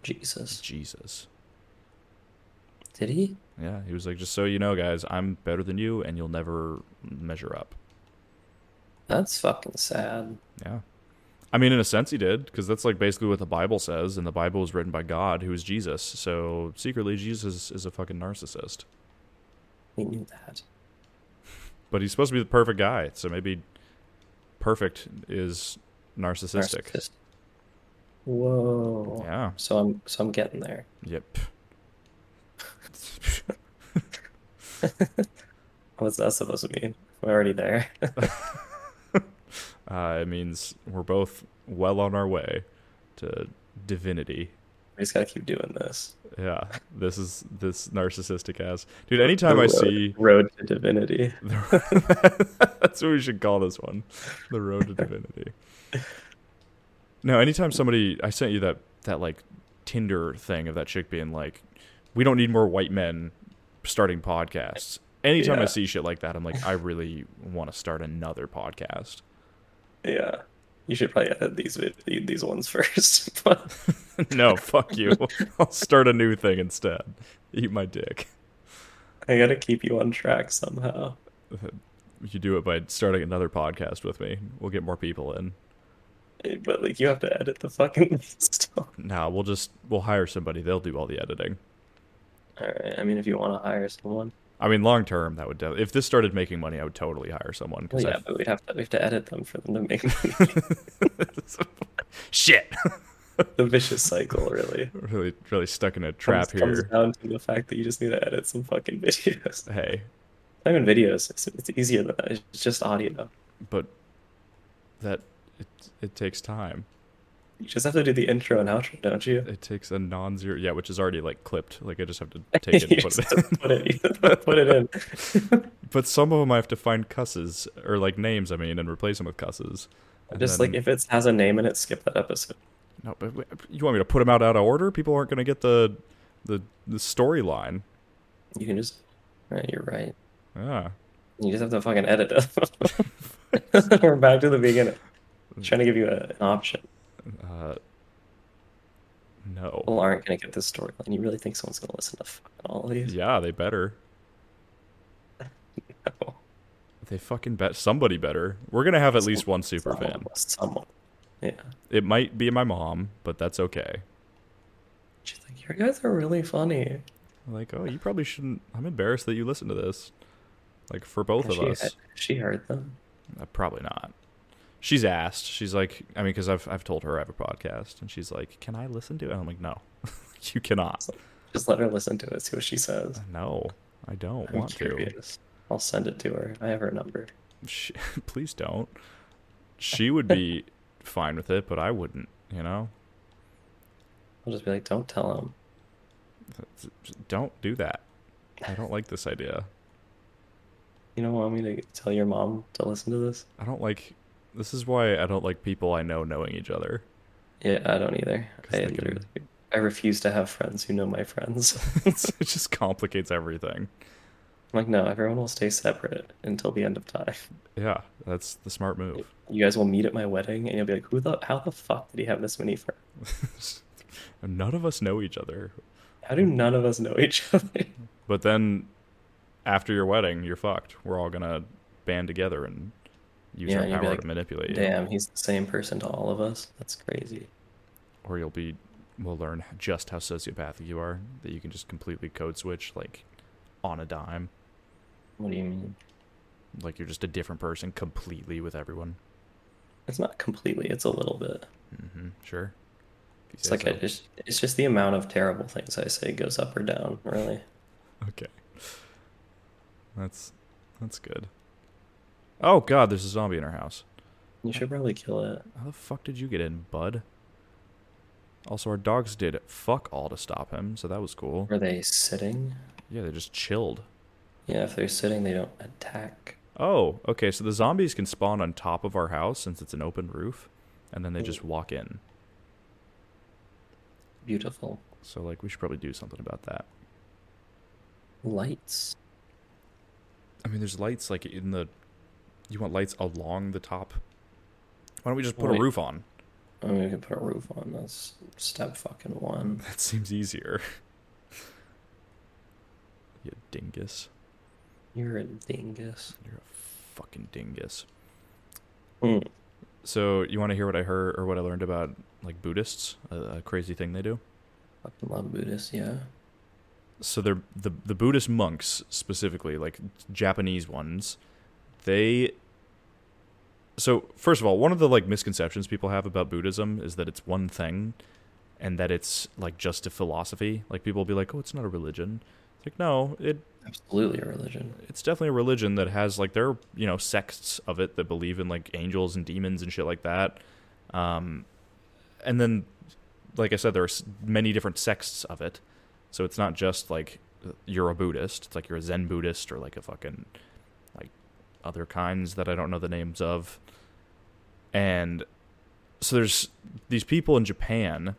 Jesus.
Jesus.
Did he?
Yeah, he was like, just so you know, guys, I'm better than you, and you'll never measure up.
That's fucking sad.
Yeah. I mean, in a sense, he did, because that's like basically what the Bible says, and the Bible was written by God, who is Jesus. So secretly, Jesus is a fucking narcissist.
We knew that.
But he's supposed to be the perfect guy, so maybe perfect is narcissistic.
Narcissist. Whoa.
Yeah.
So I'm so I'm getting there.
Yep.
What's that supposed to mean? We're already there. (laughs)
Uh, it means we're both well on our way to divinity.
we just gotta keep doing this.
Yeah, this is this narcissistic ass dude. Anytime
The
I
road,
see,
Road to Divinity.
(laughs) that's what we should call this one, the road to divinity. No, anytime somebody, I sent you that that like Tinder thing of that chick being like, "We don't need more white men starting podcasts." Anytime I
Yeah.
see shit like that, I'm like, I really want to start another podcast. (laughs)
Yeah. You should probably edit these vid- these ones (laughs) first. but
no, fuck you. I'll start a new thing instead. Eat my dick.
I gotta keep you on track somehow.
You do it by starting another podcast with me. We'll get more people in.
Eh, But like you have to edit the fucking (laughs) stuff.
Nah, we'll just we'll hire somebody. They'll do all the editing.
Alright, I mean if you wanna hire someone.
I mean, long term, that would. De- if this started making money, I would totally hire someone.
Well,
'cause
yeah,
I-
(laughs) but we'd have to we have to edit them for them to make
(laughs) Shit. (laughs)
the vicious cycle, really.
really, really stuck in a trap
comes, comes
here.
down to the fact that you just need to edit some fucking (laughs) videos.
Hey,
Not even videos. It's, it's easier than that. It's just audio.
but that it it takes time.
You just have to do the intro and outro, don't you?
It takes a non-zero, yeah, which is already like clipped. Like I just
(laughs)
have to take it
You
and put
just
it. In. (laughs)
have to put it. you Put it in. (laughs)
But some of them I have to find cusses or like names. I mean, and replace them with cusses. (laughs) And
Just
then-
like if it has a name in it, skip that episode.
no, but w- you want me to put them out out of order? People aren't going to get the the the storyline.
You can just. Right, you're right.
Ah,
You just have to fucking edit it. (laughs) We're back to the beginning.
Mm.
I'm trying to give you a, an option.
uh, no.
People aren't gonna get this storyline. You really think someone's gonna listen to fucking all of these?
Yeah, they
(laughs)
better.
No.
They fucking bet somebody better. We're gonna have at least one super
Someone
fan.
must- Someone. Yeah.
It might be my mom, but that's okay.
She's like, you guys are really funny.
I'm like, oh, you probably shouldn't. I'm embarrassed that you listen to this. Like for both
And
of
she,
us,
She heard them.
Uh, probably not. She's asked. She's like, I mean, because I've I've told her I have a podcast, and she's like, can I listen to it? And I'm like, no, (laughs) you cannot.
Just let her listen to it. See what she says.
No, I don't
I'm
want to.
curious. I'll send it to her. I have her number.
She, (laughs) please don't. She would be fine with it, but I wouldn't. You know,
I'll just be like, don't tell him.
don't do that. I don't like this idea.
You don't want me to tell your mom to listen to this?
I don't like. This is why I don't like people I know knowing each other. (laughs)
Yeah, I don't either.
'Cause
I,
they can-
literally, I refuse to have friends who know my friends. (laughs)
It's- it just complicates everything.
I'm like, no, everyone will stay separate until the end of time.
Yeah, that's the smart move. (laughs)
You guys will meet at my wedding, and you'll be like, who the, how the fuck did he have this many friends?
None of us know each other,
How do none of us know each (laughs) other?
but then after your wedding, you're fucked. We're all gonna band together and use
Yeah,
our
and you'll be
power
like,
to manipulate you,
Damn, he's the same person to all of us. That's crazy.
or you'll be. We'll learn just how sociopathic you are. That you can just completely code switch like on a dime.
What do you mean?
Like you're just a different person completely with everyone.
It's not completely. It's a little bit.
hmm Sure. If you
It's
say
like I
so.
just, it's just the amount of terrible things I say goes up or down. Really,
Okay. That's that's good. Oh god, there's a zombie in our house.
you should probably kill it.
How the fuck did you get in, bud? Also, our dogs did fuck all to stop him, so that was cool.
Are they sitting?
Yeah, they just chilled.
Yeah, if they're sitting, they don't attack.
Oh, okay, so the zombies can spawn on top of our house since it's an open roof, and then they just walk in.
Beautiful
So, like, we should probably do something about that.
lights.
I mean, there's lights, like, in the. You want lights along the top? Why don't we just put
Wait.
a roof on? (laughs)
I mean, we could put a roof on this. Step fucking one.
That seems easier. (laughs) you dingus.
You're a dingus.
You're a fucking dingus.
Hmm.
So you want to hear what I heard or what I learned about like Buddhists, a, a crazy thing they do?
Fucking love Buddhists, yeah.
So they're the the Buddhist monks specifically, like Japanese ones. They so first of all, one of the like misconceptions people have about Buddhism is that it's one thing, and that it's like just a philosophy. Like people will be like, "Oh, it's not a religion." It's like no, it
Absolutely a religion.
it's definitely a religion that has like there are, you know sects of it that believe in like angels and demons and shit like that um and then like i said there are s- many different sects of it so it's not just like you're a buddhist it's like you're a zen buddhist or like a fucking like other kinds that i don't know the names of and so there's these people in japan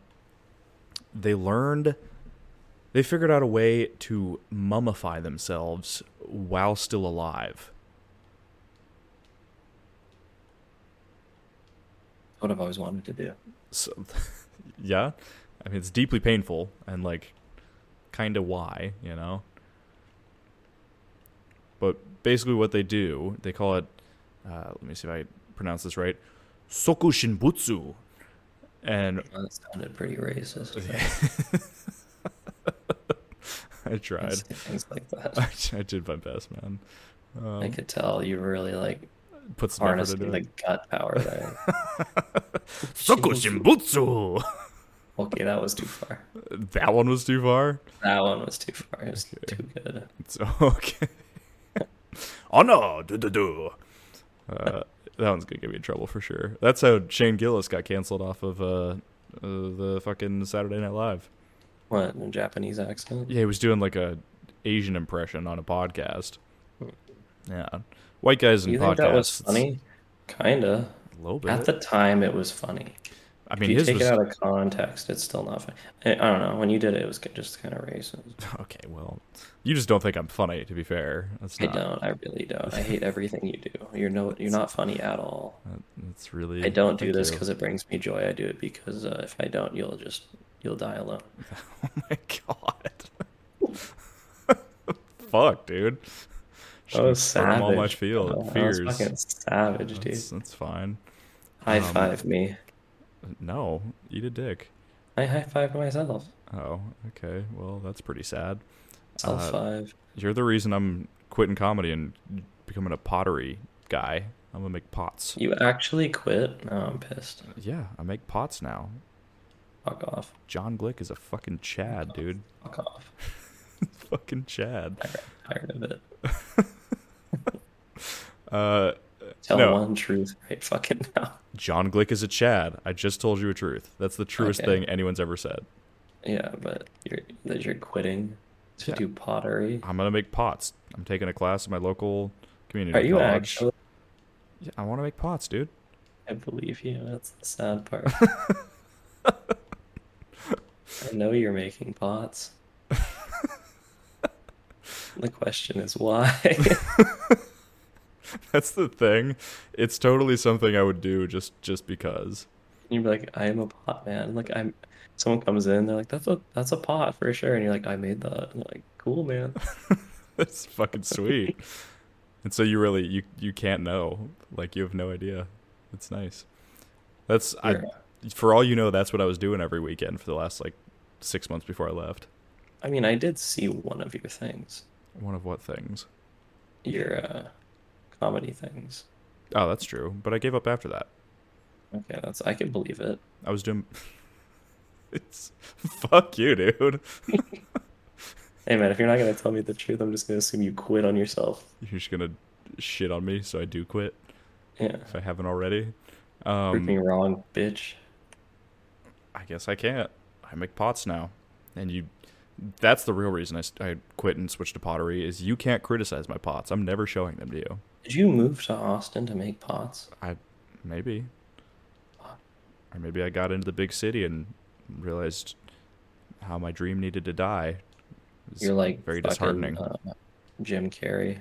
they learned they figured out a way to mummify themselves while still alive.
What I've always wanted to do.
So, (laughs) yeah, I mean it's deeply painful and like kind of why, you know. But basically, what they do, they call it. Uh, let me see if I pronounce this right. Soku Shinbutsu, and (laughs)
Well, that sounded pretty racist. (laughs)
I
I
tried.
say Things like
(laughs)
that.
I, did my best, man.
I could tell you really like
Put some effort (laughs)
harnessing
into
the
it.
gut power there.
Soku Shinbutsu.
Okay, that was too far.
That one was too far.
That one was too far. It was too good.
It's (laughs) okay. oh no, do do do. Uh, that one's gonna get me in trouble for sure. That's how Shane Gillis got canceled off of uh, uh, the fucking Saturday Night Live.
What in a Japanese accent?
Yeah, he was doing like a Asian impression on a podcast. Yeah, white guys in
you
podcasts.
think that was funny? Kinda.
it's A little bit.
At the time, it was funny.
I
If
mean,
you
his
take
was
it out of context, it's still not funny. I, I don't know. When you did it, it was just kind of racist.
okay. Well, you just don't think I'm funny. To be fair, that's
I
not.
don't. I really don't. I hate everything you do. You're no. You're not funny at
(laughs)
all.
that- That's really.
I don't do
thank
this
you.
because it brings me joy. I do it because uh, if I don't, you'll just you'll die alone.
(laughs) Oh my god. (laughs) Fuck, dude.
That was
Burn 'em all my
savage,
field.
bro. That
Fears.
was fucking savage, dude.
That's, that's fine.
High
um,
five me.
No, eat a dick.
I high five myself.
Oh, okay. Well, that's pretty sad.
Self
Uh,
five.
You're the reason I'm quitting comedy and becoming a pottery guy. I'm gonna make pots.
You actually quit? No, I'm pissed.
Yeah, I make pots now.
Fuck off.
John Glick is a fucking Chad, dude. (laughs)
Fuck off.
fucking Chad.
Tired of it.
(laughs) Uh,
Tell
No.
one truth right fucking (laughs) now.
John Glick is a Chad. I just told you a truth. That's the truest
Okay.
thing anyone's ever said.
Yeah, but you're that you're quitting to
Yeah. Oh
do pottery.
I'm gonna make pots. I'm taking a class at my local community
Are you
college.
actually?
Yeah, I want to make pots, dude. (laughs)
I believe you. That's the sad part. I know you're making pots. the question is why. (laughs)
That's the thing. It's totally something I would do just just because. (laughs)
you're like, I am a pot man. Like I'm. Someone comes in, they're like, that's a that's a pot for sure, and you're like, I made that. And they're like, cool man.
That's fucking
(laughs)
sweet. and so you really you you can't know. Like you have no idea. It's nice. That's
Yeah.
I for all you know that's what I was doing every weekend for the last like 6 months before I left.
I mean, I did see one of your things,
One of what things?
your uh, comedy things.
Oh, that's true. But I gave up after that. Hmm.
Okay, that's I can believe it.
I was doing (laughs) It's (laughs) fuck you, dude.
Hey man, if you're not gonna tell me the truth, I'm just gonna assume you quit on yourself.
You're just going to shit on me so I do quit
Yeah,
if I haven't already.
prove me
Um
wrong, bitch.
I guess I can't. I make pots now. And you that's the real reason I, s- I quit and switched to pottery is you can't criticize my pots. I'm never showing them to you.
Did you move to Austin to make pots?
I maybe or maybe I got into the big city and realized how my dream needed to die. It's
You're like
very
fucking,
disheartening.
uh, Jim Carrey.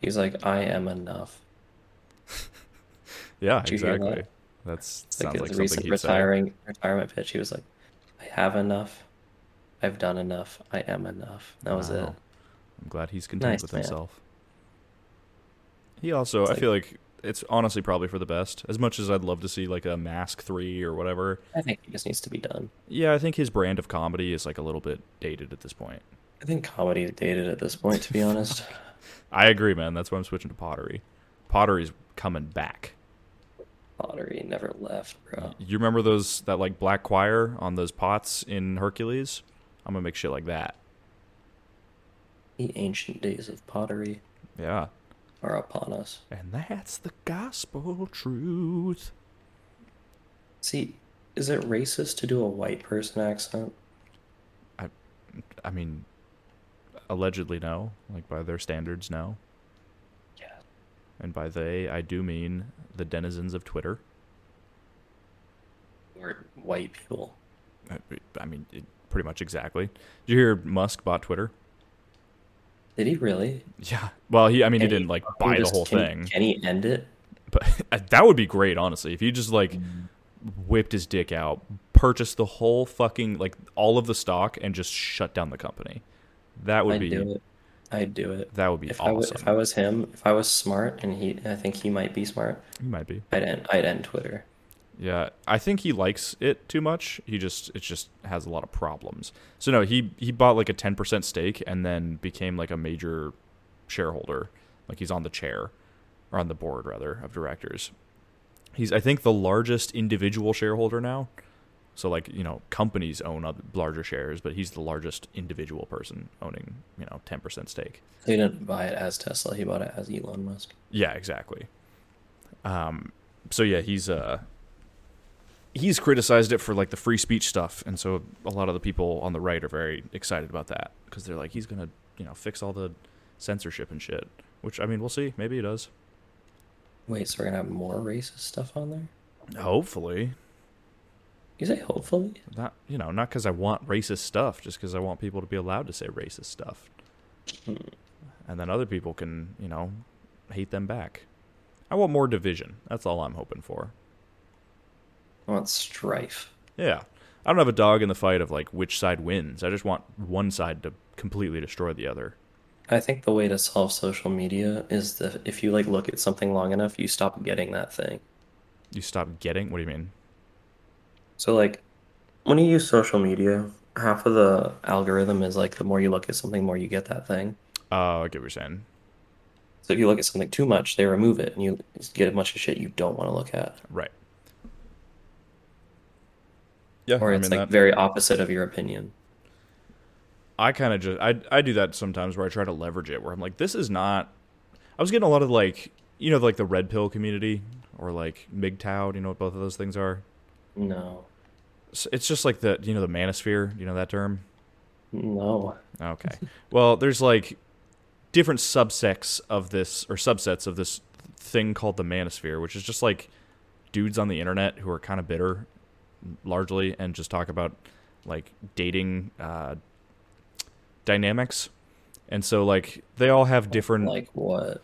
He's like, I am enough.
yeah,
did you hear
exactly.
that?
That's
It's like
sounds
his
like
recent
something he'd say.
retiring retirement pitch. He was like, I have enough. I've done enough. I am enough. That was
Wow.
it.
I'm glad he's content
Nice
with
man.
himself. He also, I
like-
feel like it's honestly probably for the best. As much as I'd love to see like a Mask three or whatever.
I think it just needs to be done.
Yeah, I think his brand of comedy is like a little bit dated at this point.
I think comedy is dated at this point, to be honest. (laughs)
I agree, man. That's why I'm switching to pottery. Pottery's coming back.
Pottery never left, bro.
You remember those that like black choir on those pots in Hercules? I'm gonna make shit like that.
The ancient days of pottery
Yeah.
are upon us.
And that's the gospel truth.
See, is it racist to do a white person accent?
I mean, allegedly no. Like by their standards, no.
Yeah.
And by they, I do mean the denizens of Twitter.
Or white people?
I, Uh, I mean, it, pretty much exactly. Did you hear Musk bought Twitter?
Did he really?
Yeah. Well, he. I mean, he
Can
didn't like
fucking
buy the
just-
whole
can-
thing.
Can he end it?
But (laughs) uh, that would be great, honestly. If you just like whipped his dick out, purchased the whole fucking like all of the stock, and just shut down the company, that would
I'd
be
do it. I'd do it.
that would be
If I was,
awesome.
if I was him, if I was smart, and he, I think he might be smart.
You might be.
I'd end, I'd end Twitter.
Yeah, I think he likes it too much. He just it just has a lot of problems. So no, he he bought like a ten percent stake and then became like a major shareholder. Like he's on the chair or on the board rather of directors. He's I think the largest individual shareholder now. So like you know companies own other, larger shares, but he's the largest individual person owning you know ten percent stake.
He didn't buy it as Tesla. He bought it as Elon Musk.
Yeah, exactly. Um, so yeah, he's uh, he's criticized it for like the free speech stuff, and so a lot of the people on the right are very excited about that because they're like, he's gonna you know fix all the censorship and shit. Which I mean, we'll see. Maybe he does.
Wait, so we're gonna have more racist stuff on there?
Hopefully,
You say hopefully?
not you know not because I want racist stuff, just because I want people to be allowed to say racist stuff, and then other people can you know hate them back. I want more division. That's all I'm hoping for.
I want strife.
Yeah. I don't have a dog in the fight of like which side wins. I just want one side to completely destroy the other.
I think the way to solve social media is that if you like look at something long enough, you stop getting that thing.
You stop getting what do you mean?
So like when you use social media, half of the algorithm is like the more you look at something, the more you get that thing.
Oh, I get what you're saying.
So if you look at something too much, they remove it and you get a bunch of shit you don't want to look at.
Right. Yeah.
Or
I
it's
mean
like
that-
very opposite of your opinion.
I kind of just I I do that sometimes where I try to leverage it where I'm like this is not I was getting a lot of like you know like the red pill community or like MGTOW, do you know what both of those things are?
No.
S- It's just like the you know the manosphere, do you know that term?
No.
Okay. Well, there's like different subsects of this or subsets of this thing called the manosphere, which is just like dudes on the internet who are kind of bitter largely and just talk about like dating uh dynamics. And so like they all have different
Like what?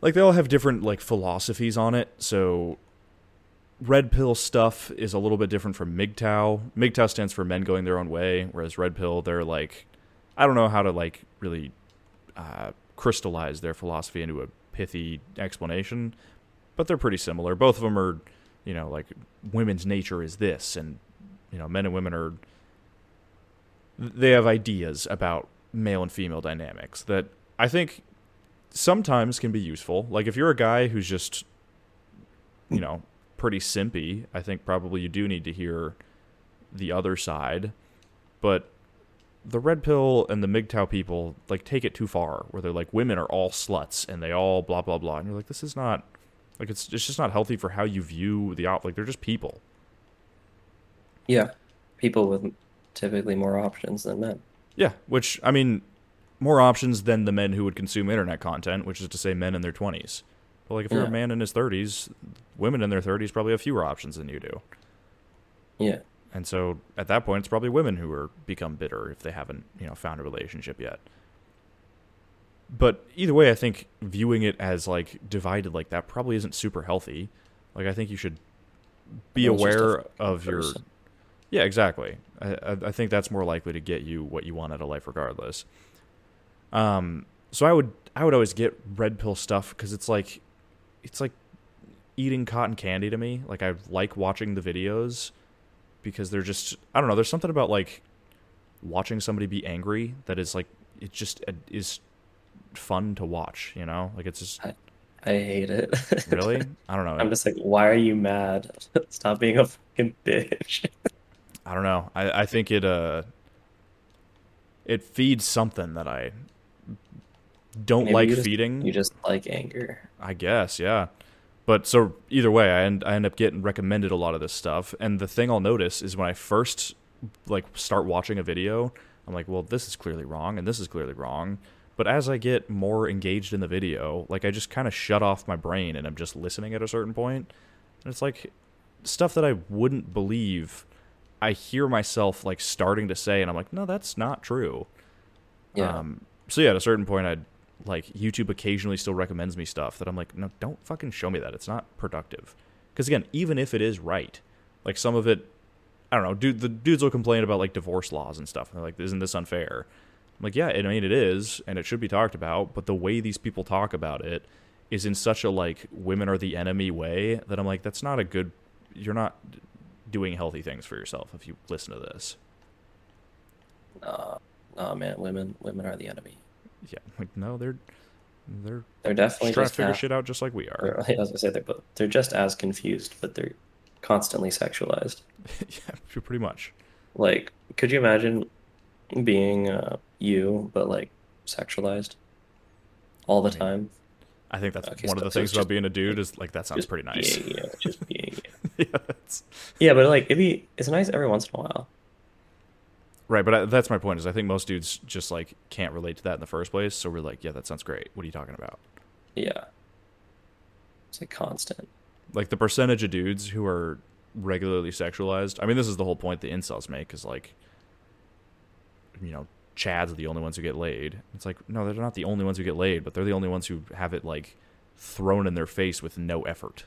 like they all have different like philosophies on it. So red pill stuff is a little bit different from MGTOW. MGTOW stands for men going their own way, whereas red pill they're like I don't know how to like really uh, crystallize their philosophy into a pithy explanation, but they're pretty similar. Both of them are, you know, like women's nature is this, and you know, men and women are they have ideas about male and female dynamics that I think sometimes can be useful. Like if you're a guy who's just you know, pretty simpy, I think probably you do need to hear the other side. But the red pill and the MGTOW people like take it too far where they're like women are all sluts and they all blah blah blah and you're like this is not like it's it's just not healthy for how you view the op like they're just people.
Yeah. People with typically more options than men.
Yeah, which I mean, more options than the men who would consume internet content, which is to say, men in their twenties. But like, if you're
Yeah.
a man in his thirties, women in their thirties probably have fewer options than you do,
Yeah.
and so at that point, it's probably women who are become bitter if they haven't, you know, found a relationship yet. But either way, I think viewing it as like divided like that probably isn't super healthy. Like, I think you should be
Well, it's just a
aware
fucking
of your.
person.
Yeah, exactly. I, I I think that's more likely to get you what you want out of life, regardless. Um, so I would I would always get red pill stuff because it's like, it's like eating cotton candy to me. Like I like watching the videos because they're just I don't know. There's something about like watching somebody be angry that is like it just uh, is fun to watch. You know, like it's
(laughs)
just
I hate it. (laughs)
really I don't know.
I'm just like, why are you mad? (laughs) Stop being a fucking bitch.
I don't know. I, I think it uh it feeds something that I don't
Maybe
(laughs) like
you just-
feeding.
You just like anger.
I guess, yeah. But so either way, I end I end up getting recommended a lot of this stuff. And the thing I'll notice is when I first like start watching a video, I'm like, well, this is clearly wrong and this is clearly wrong. But as I get more engaged in the video, like I just kind of shut off my brain and I'm just listening at a certain point. And it's like stuff that I wouldn't believe. I hear myself like starting to say, and I'm like, no, that's not true.
Yeah.
Um, so yeah, at a certain point, I would like YouTube occasionally still recommends me stuff that I'm like, no, don't fucking show me that. It's not productive. Because again, even if it is right, like some of it, I don't know. Dude, the dudes will complain about like divorce laws and stuff. And they're like, isn't this unfair? I'm like, yeah, I mean it is, and it should be talked about. But the way these people talk about it is in such a like women are the enemy way that I'm like, that's not a good. You're not doing healthy things for yourself if you listen to this.
Nah, nah, Oh, man. Women, women are the enemy.
Yeah, like no, they're they're
They're definitely
trying to
just (laughs)
figure
half-
shit out just like we are.
they're- I was gonna say they're both. They're just as confused, but they're constantly sexualized.
(laughs) yeah, pretty much.
Like, could you imagine being uh, you but like sexualized all
I
the
mean,
time?
I think that's
Okay,
one of
so-
the
so
things
it's
about
just-
being a dude is like that sounds
Just
pretty nice.
Being, you, just being. You.
(laughs) yeah, that's
Yeah, but like it'd be it's nice every once in a while.
right. But I, that's my point is I think most dudes just like can't relate to that in the first place. So we're like, yeah, that sounds great. What are you talking about?
Yeah. It's like constant.
Like the percentage of dudes who are regularly sexualized. I mean, this is the whole point the incels make is like, you know, Chads are the only ones who get laid. It's like no, they're not the only ones who get laid, but they're the only ones who have it like thrown in their face with no effort.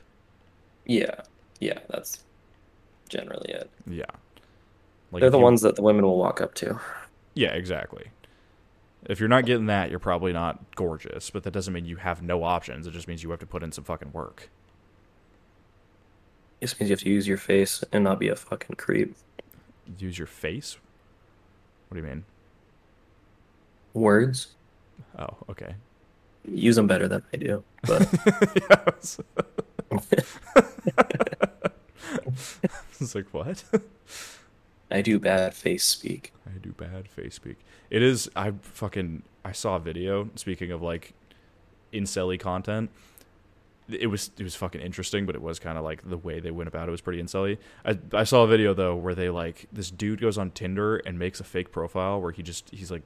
Yeah. Yeah, that's generally it.
Yeah. Like
They're the
if you-
ones that the women will walk up to.
Yeah, exactly. If you're not getting that, you're probably not gorgeous, but that doesn't mean you have no options. It just means you have to put in some fucking work.
It just means you have to use your face and not be a fucking creep.
Use your face? What do you mean?
Words,
Oh, okay. (laughs)
use them better than I do. But
Yes. it's like, what? (laughs)
I do bad face speak.
I do bad face speak. It is. I fucking. I saw a video. Speaking of like, incelly content, it was it was fucking interesting, but it was kind of like the way they went about it was pretty incelly. I I saw a video though where they like this dude goes on Tinder and makes a fake profile where he just he's like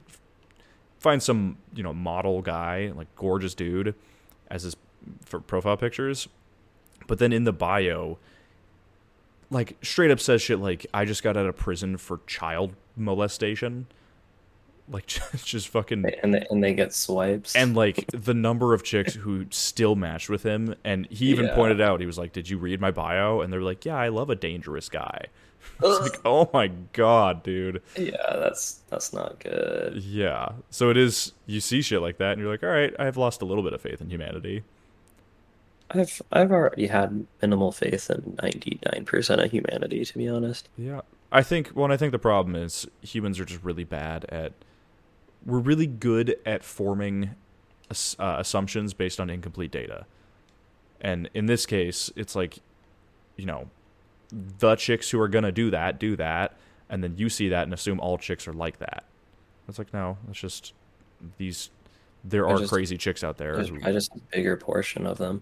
finds some you know model guy like gorgeous dude as his for profile pictures, but then in the bio like straight up says shit like I just got out of prison for child molestation. Like (laughs) just, just fucking
And they, and they get swipes.
and like the number of chicks who still matched with him and he even
Yeah.
pointed out he was like, "Did you read my bio?" and they're like, "Yeah, I love a dangerous guy." It's like, "Oh my god, dude."
yeah, that's that's not good.
Yeah. So it is you see shit like that and you're like, "All right, I've lost a little bit of faith in humanity."
I've I've already had minimal faith in ninety nine percent of humanity, to be honest.
Yeah. I think well, and I think the problem is humans are just really bad at we're really good at forming ass- uh, assumptions based on incomplete data. And in this case, it's like you know, the chicks who are going to do that do that and then you see that and assume all chicks are like that. It's like no, that's just these there
I
are
just-
crazy chicks out there.
There's- I just a bigger portion of them.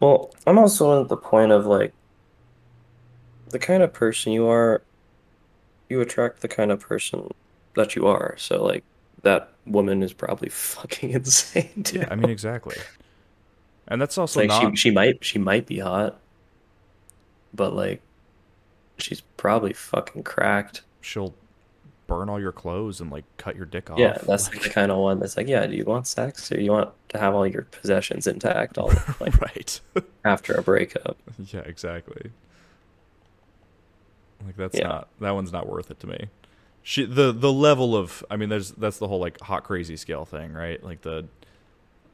Well, I'm also at the point of like the kind of person you are, you attract the kind of person that you are. So like that woman is probably (laughs) fucking insane too.
yeah, I mean exactly. And that's also
(laughs) like
not
she she might she might be hot, but like she's probably fucking cracked.
she'll burn all your clothes and like cut your dick off.
Yeah,
(laughs)
that's the kind of one that's like, yeah, do you want sex or you want to have all your possessions
(laughs)
intact all like
right.
after a breakup?
yeah, exactly. Like that's
Yeah.
not that one's not worth it to me. She the the level of I mean there's that's the whole like hot crazy scale thing, right? Like the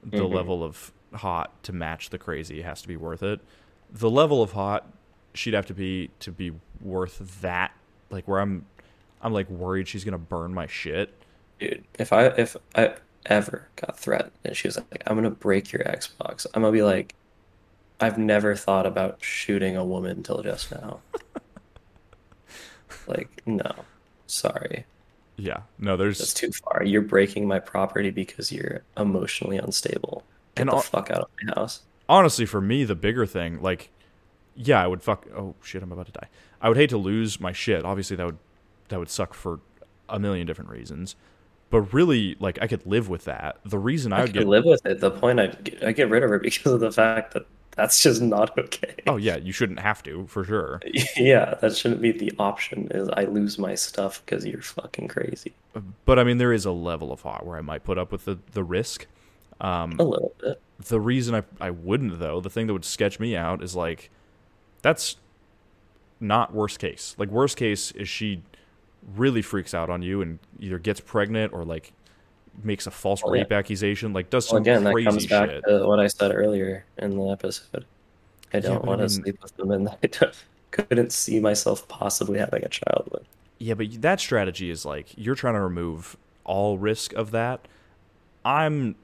the
Mhm.
level of hot to match the crazy has to be worth it. The level of hot she'd have to be to be worth that like where I'm I'm like worried she's going to burn my shit.
Dude, if I if I ever got threatened and she was like, I'm gonna break your Xbox, I'm gonna be like, I've never thought about shooting a woman until just
(laughs)
now. Like, no, sorry,
Yeah. No, there's
that's too far. You're breaking my property because you're emotionally unstable. Get
And
the
al-
fuck out of my house.
honestly for me the bigger thing like yeah i would fuck oh shit i'm about to die i would hate to lose my shit obviously that would that would suck for a million different reasons but really like i could live with that the reason i,
I
would
could
get
live with it. The point I get, I get rid of her because of the fact that that's just not (laughs) okay.
oh yeah you shouldn't have to for sure
Yeah, that shouldn't be the option. Is I lose my stuff because you're fucking crazy.
but i mean there is a level of hot where i might put up with the, the risk Hmm.
A little bit.
the reason I, I wouldn't though the thing that would sketch me out is like that's not worst case like worst case is she really freaks out on you and either gets pregnant or like makes a false
Well, Oh, yeah.
rape accusation like does
Well,
some
again, that
crazy
comes back
shit
to what I said earlier in the episode. I don't
but I
want to
mean-
sleep with them, and (laughs) I don't, couldn't see myself possibly having a child with.
yeah but that strategy is like you're trying to remove all risk of that i'm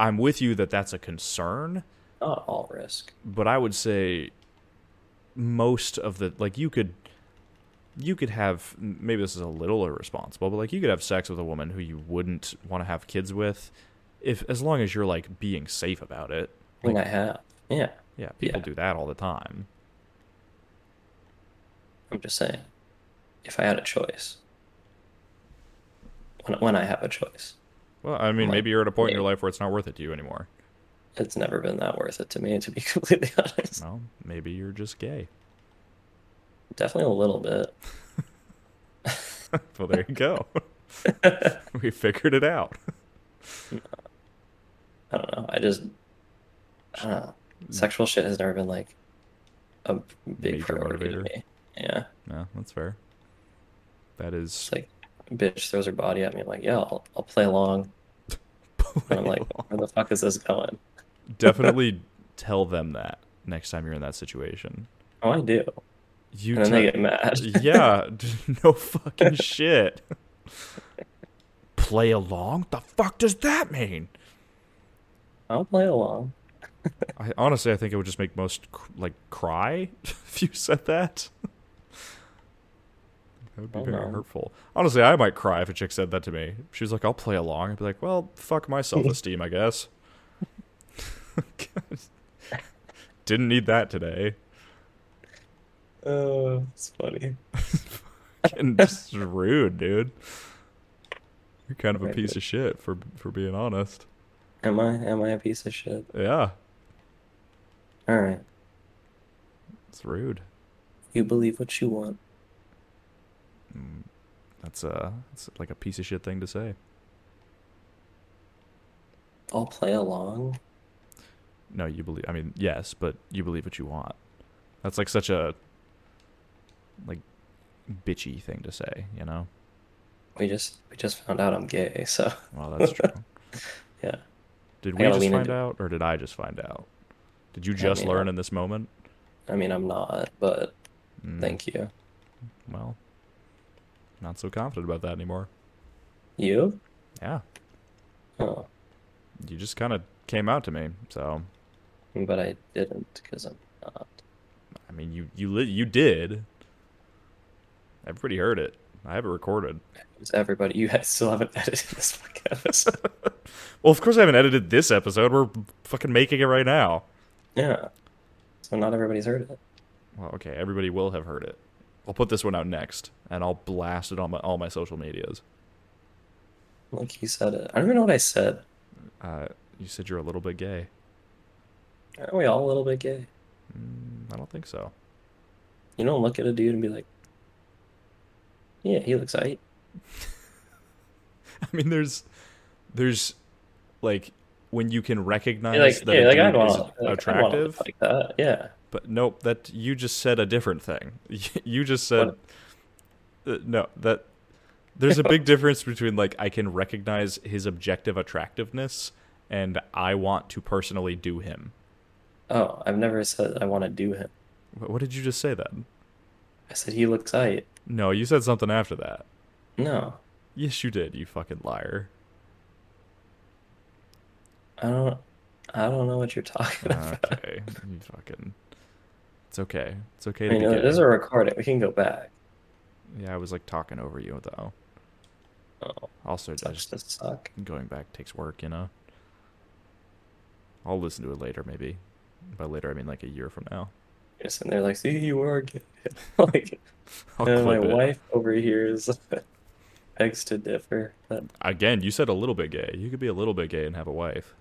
i'm with you that that's a concern
Not all risk.
but I would say most of the like you could you could have maybe this is a little irresponsible, but like you could have sex with a woman who you wouldn't want to have kids with if as long as you're like being safe about it.
I mean, I have. Yeah,
Yeah, people
Yeah.
do that all the time.
I'm just saying. If I had a choice, when, when I have a choice,
Well, I mean,
Like,
maybe you're at a point in your
maybe-
life where it's not worth it to you anymore.
it's never been that worth it to me, (laughs) to be completely honest.
Well, maybe you're just gay.
Definitely a little bit.
Well, there you
(laughs)
go. (laughs) we figured it out. (laughs)
I don't know. I just, I don't know. Sexual shit has never been like a big
Major
priority
motivator.
to me. Yeah,
No, that's fair. That is
it's like bitch throws her body at me. I'm like, yeah, I'll, I'll play along. And I'm like, where the fuck is this going?
definitely tell them that next time you're in that situation.
Oh, I do.
You
And then they
tell-
get mad.
(laughs) yeah, d- no fucking shit. Play along? The fuck does that mean?
(laughs) I'll play along.
I honestly, I think it would just make most cr- like cry (laughs) if you said that. That would be
Oh,
very
no.
hurtful. Honestly, I might cry if a chick said that to me. She was like, "I'll play along." I'd be like, "Well, fuck my self-esteem, I guess." (laughs) Didn't need that today.
Oh, it's funny. (laughs)
And just rude, dude. You're kind of a
Right,
piece
dude.
of shit for for being honest.
Am I am I a piece of shit?
Yeah,
All right.
it's rude.
You believe what you want.
That's uh, that's like a piece of shit thing to say.
I'll play along.
No, you believe. I mean, yes, but you believe what you want. That's like such a like bitchy thing to say, you know?
We just we just found out I'm gay, (laughs) so
Well, that's true.
yeah.
Did
I
we
gotta
just
lean
find
into-
out, or did I just find out? Did you just
mean,
learn
I-
in this moment? Mm,
I mean, I'm not, but
Hmm.
thank you.
Well, not so confident about that anymore.
You?
Yeah,
Oh,
you just kind of came out to me. So,
but I didn't because I'm not.
I mean, you you li- you did. Everybody heard it. I have it recorded.
It's everybody. (laughs) You guys still haven't edited this fucking episode.
Well, of course I haven't edited this episode. We're fucking making it right now.
yeah. So not everybody's heard it.
Well, okay, everybody will have heard it. I'll put this one out next, and I'll blast it on my all my social medias.
Like you said it. I don't even know what I said.
Uh, you said you're a little bit gay.
Aren't we all a little bit gay?
I don't think so. (laughs)
You don't look at a dude and be like, yeah, he looks right.
I mean, there's, there's, like, when you can recognize
Like,
that
yeah,
a
like I
dude
want
is
to like, I want to
attractive,
look like that. Yeah.
but nope, that you just said a different thing. (laughs) You just said, uh, no, that there's a
(laughs)
big difference between like I can recognize his objective attractiveness and I want to personally do him.
Oh, I've never said I want to do him.
Wh- What did you just say then?
I said he looks right.
No, you said something after that.
No,
Yes, you did, you fucking
(laughs)
liar.
I don't. I don't know what you're talking about.
Ah, Okay, you fucking. It's okay. It's okay
(laughs) I
to
mean,
be gay.
there's a recording. We can go back.
Yeah, I was like talking over you though.
Oh,
Also, I
sucks
just
to suck.
going back takes work, you know. I'll listen to it later, maybe. By later, I mean like a year from now. (laughs)
You're sitting there like, see, you are gay. (laughs) like,
I'll
and Uh, my
clip it.
wife over here is (laughs) begs to differ. But
Again, you said a little bit gay. You could be a little bit gay and have a wife.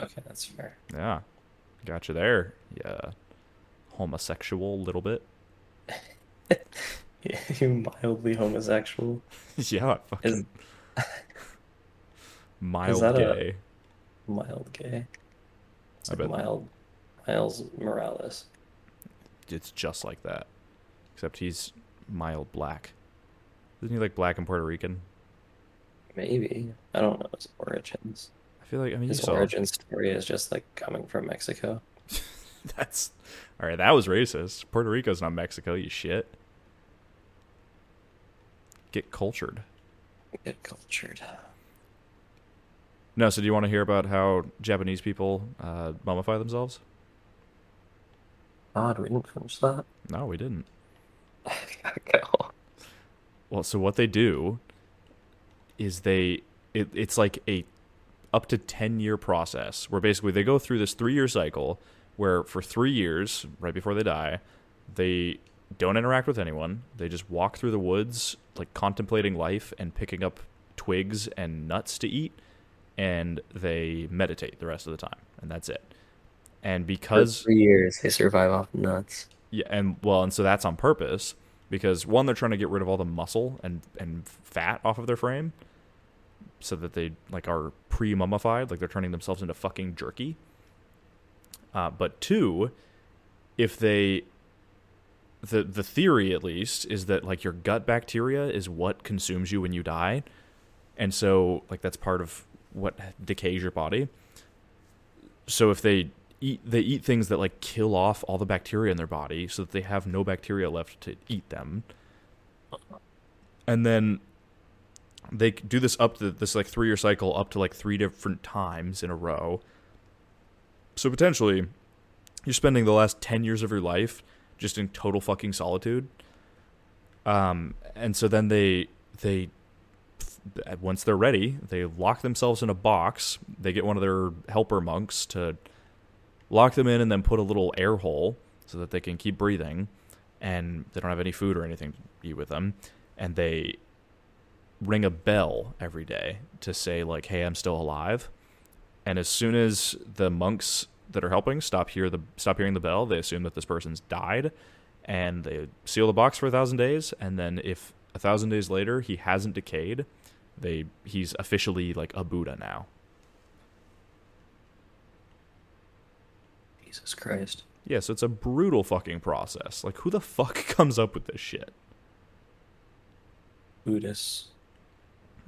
okay, that's fair. (laughs)
Yeah, got you there. Yeah, homosexual, little bit. (laughs)
you mildly homosexual.
yeah, I fucking
Is
mild
that a-
gay.
mild gay. It's
I
like
bet.
mild Miles Morales.
it's just like that. Except he's mild black. Isn't he like black and Puerto Rican?
Maybe. I don't know his origins.
I feel like I mean you
His
saw
origin story is just like coming from Mexico.
(laughs) that's all right. That was racist. Puerto Rico's not Mexico. You shit. Get cultured.
Get cultured.
No, so do you want to hear about how Japanese people uh, mummify themselves?
God, we didn't finish (laughs) that.
No, we didn't.
I gotta go.
Well, so what they do is they it, it's like a up to 10 year process where basically they go through this 3 year cycle where for 3 years right before they die, they don't interact with anyone. They just walk through the woods like contemplating life and picking up twigs and nuts to eat and they meditate the rest of the time and that's it. And
For
because
three years, they survive off nuts.
yeah, and well, and so that's on purpose because one, they're trying to get rid of all the muscle and and fat off of their frame, so that they like are pre mummified, like they're turning themselves into fucking jerky. Uh, but two, if they, the the theory at least is that like your gut bacteria is what consumes you when you die, and so like that's part of what decays your body so if they eat they eat things that like kill off all the bacteria in their body so that they have no bacteria left to eat them and then they c- do this up to this like three year cycle up to like three different times in a row so potentially you're spending the last 10 years of your life just in total fucking solitude um and so then they they at- once they're ready, they lock themselves in a box. They get one of their helper monks to lock them in and then put a little air hole so that they can keep breathing and they don't have any food or anything to eat with them. And they ring a bell every day to say, like, hey, I'm still alive. And as soon as the monks that are helping stop hear the stop hearing the bell, they assume that this person's died and they seal the box for a thousand days, and then if a thousand days later he hasn't decayed, they he's officially like a Buddha now.
Jesus Christ.
Yeah, so it's a brutal fucking process. Like, who the fuck (laughs) comes up with this shit?
Buddhists.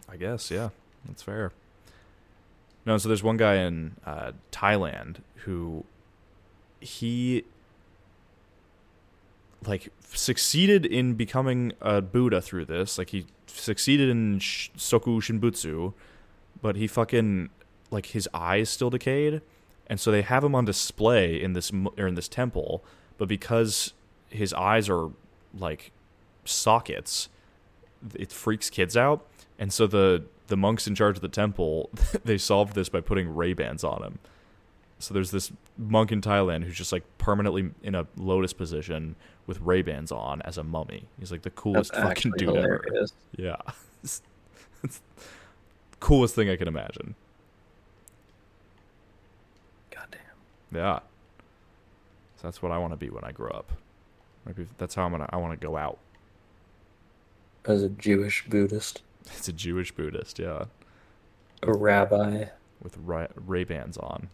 I guess, yeah, that's fair. No, so there's one guy in uh, Thailand who he like succeeded in becoming a Buddha through this. Like he succeeded in sh- Soku Shinbutsu, but he fucking like his eyes still decayed, and so they have him on display in this mo- or in this temple. But because his eyes are like sockets, it freaks kids out and so the the monks in charge of the temple (laughs) they solved this by putting ray bans on him so there's this monk in thailand who's just like permanently in a lotus position with ray bans on as a mummy he's like the coolest fucking dude ever
hilarious.
yeah (laughs) it's, it's coolest thing i can imagine
Goddamn.
yeah so that's what i want to be when i grow up Maybe that's how i'm gonna i want to go out (laughs)
As a Jewish Buddhist,
it's a jewish buddhist yeah
a rabbi.
with Ray Bans on.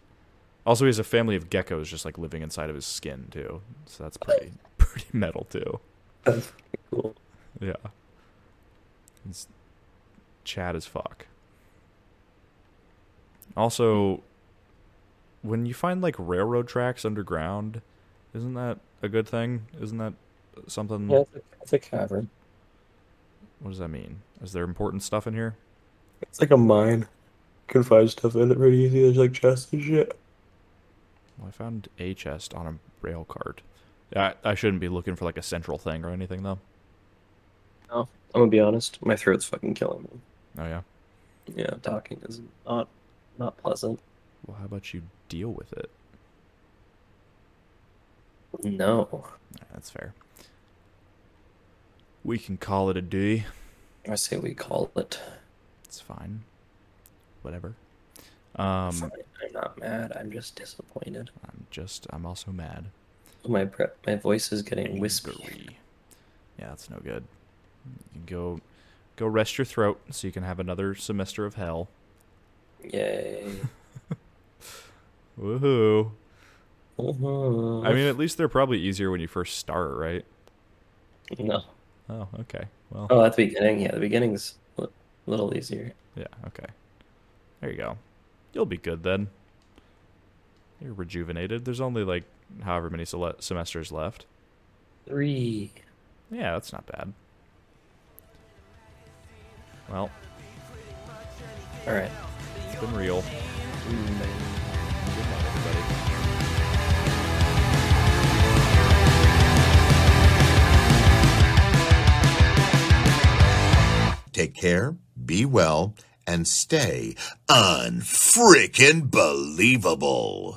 Also, he has a family of geckos just like living inside of his skin too, so that's pretty (laughs) pretty metal too.
That's pretty
Mm.
cool.
Yeah, it's Chad as fuck. Also, when you find like railroad tracks underground, isn't that a good thing? Isn't that something?
Yeah, it's a, it's a cavern.
What does that mean? Is there important stuff in here?
It's like a mine. You can find stuff in it pretty easy. There's like chests and shit.
Well, I found a chest on a rail cart. I, I shouldn't be looking for like a central thing or anything though.
No, I'm gonna be honest. My throat's fucking killing me.
Oh yeah.
Yeah, talking is not not pleasant.
Well, how about you deal with it?
No.
That's fair. We can call it a day.
I say we call it.
It's fine. Whatever. Um,
Fine, I'm not mad. I'm just disappointed.
I'm just. I'm also mad.
My bre- my voice is getting whispery.
Angry. Yeah, that's no good. You can go, go rest your throat so you can have another semester of hell.
Yay.
Woohoo!
Uh-huh.
I mean, at least they're probably easier when you first start, right?
no.
Oh, okay. Well,
Oh, at the beginning, yeah, the beginning's a little easier.
yeah, okay. There you go. You'll be good then. You're rejuvenated. There's only like however many sele- semesters left.
Three.
Yeah, that's not bad. Well,
All right. Mm,
it's been real. Good night, everybody.
care, be well, and stay unfrickin' believable.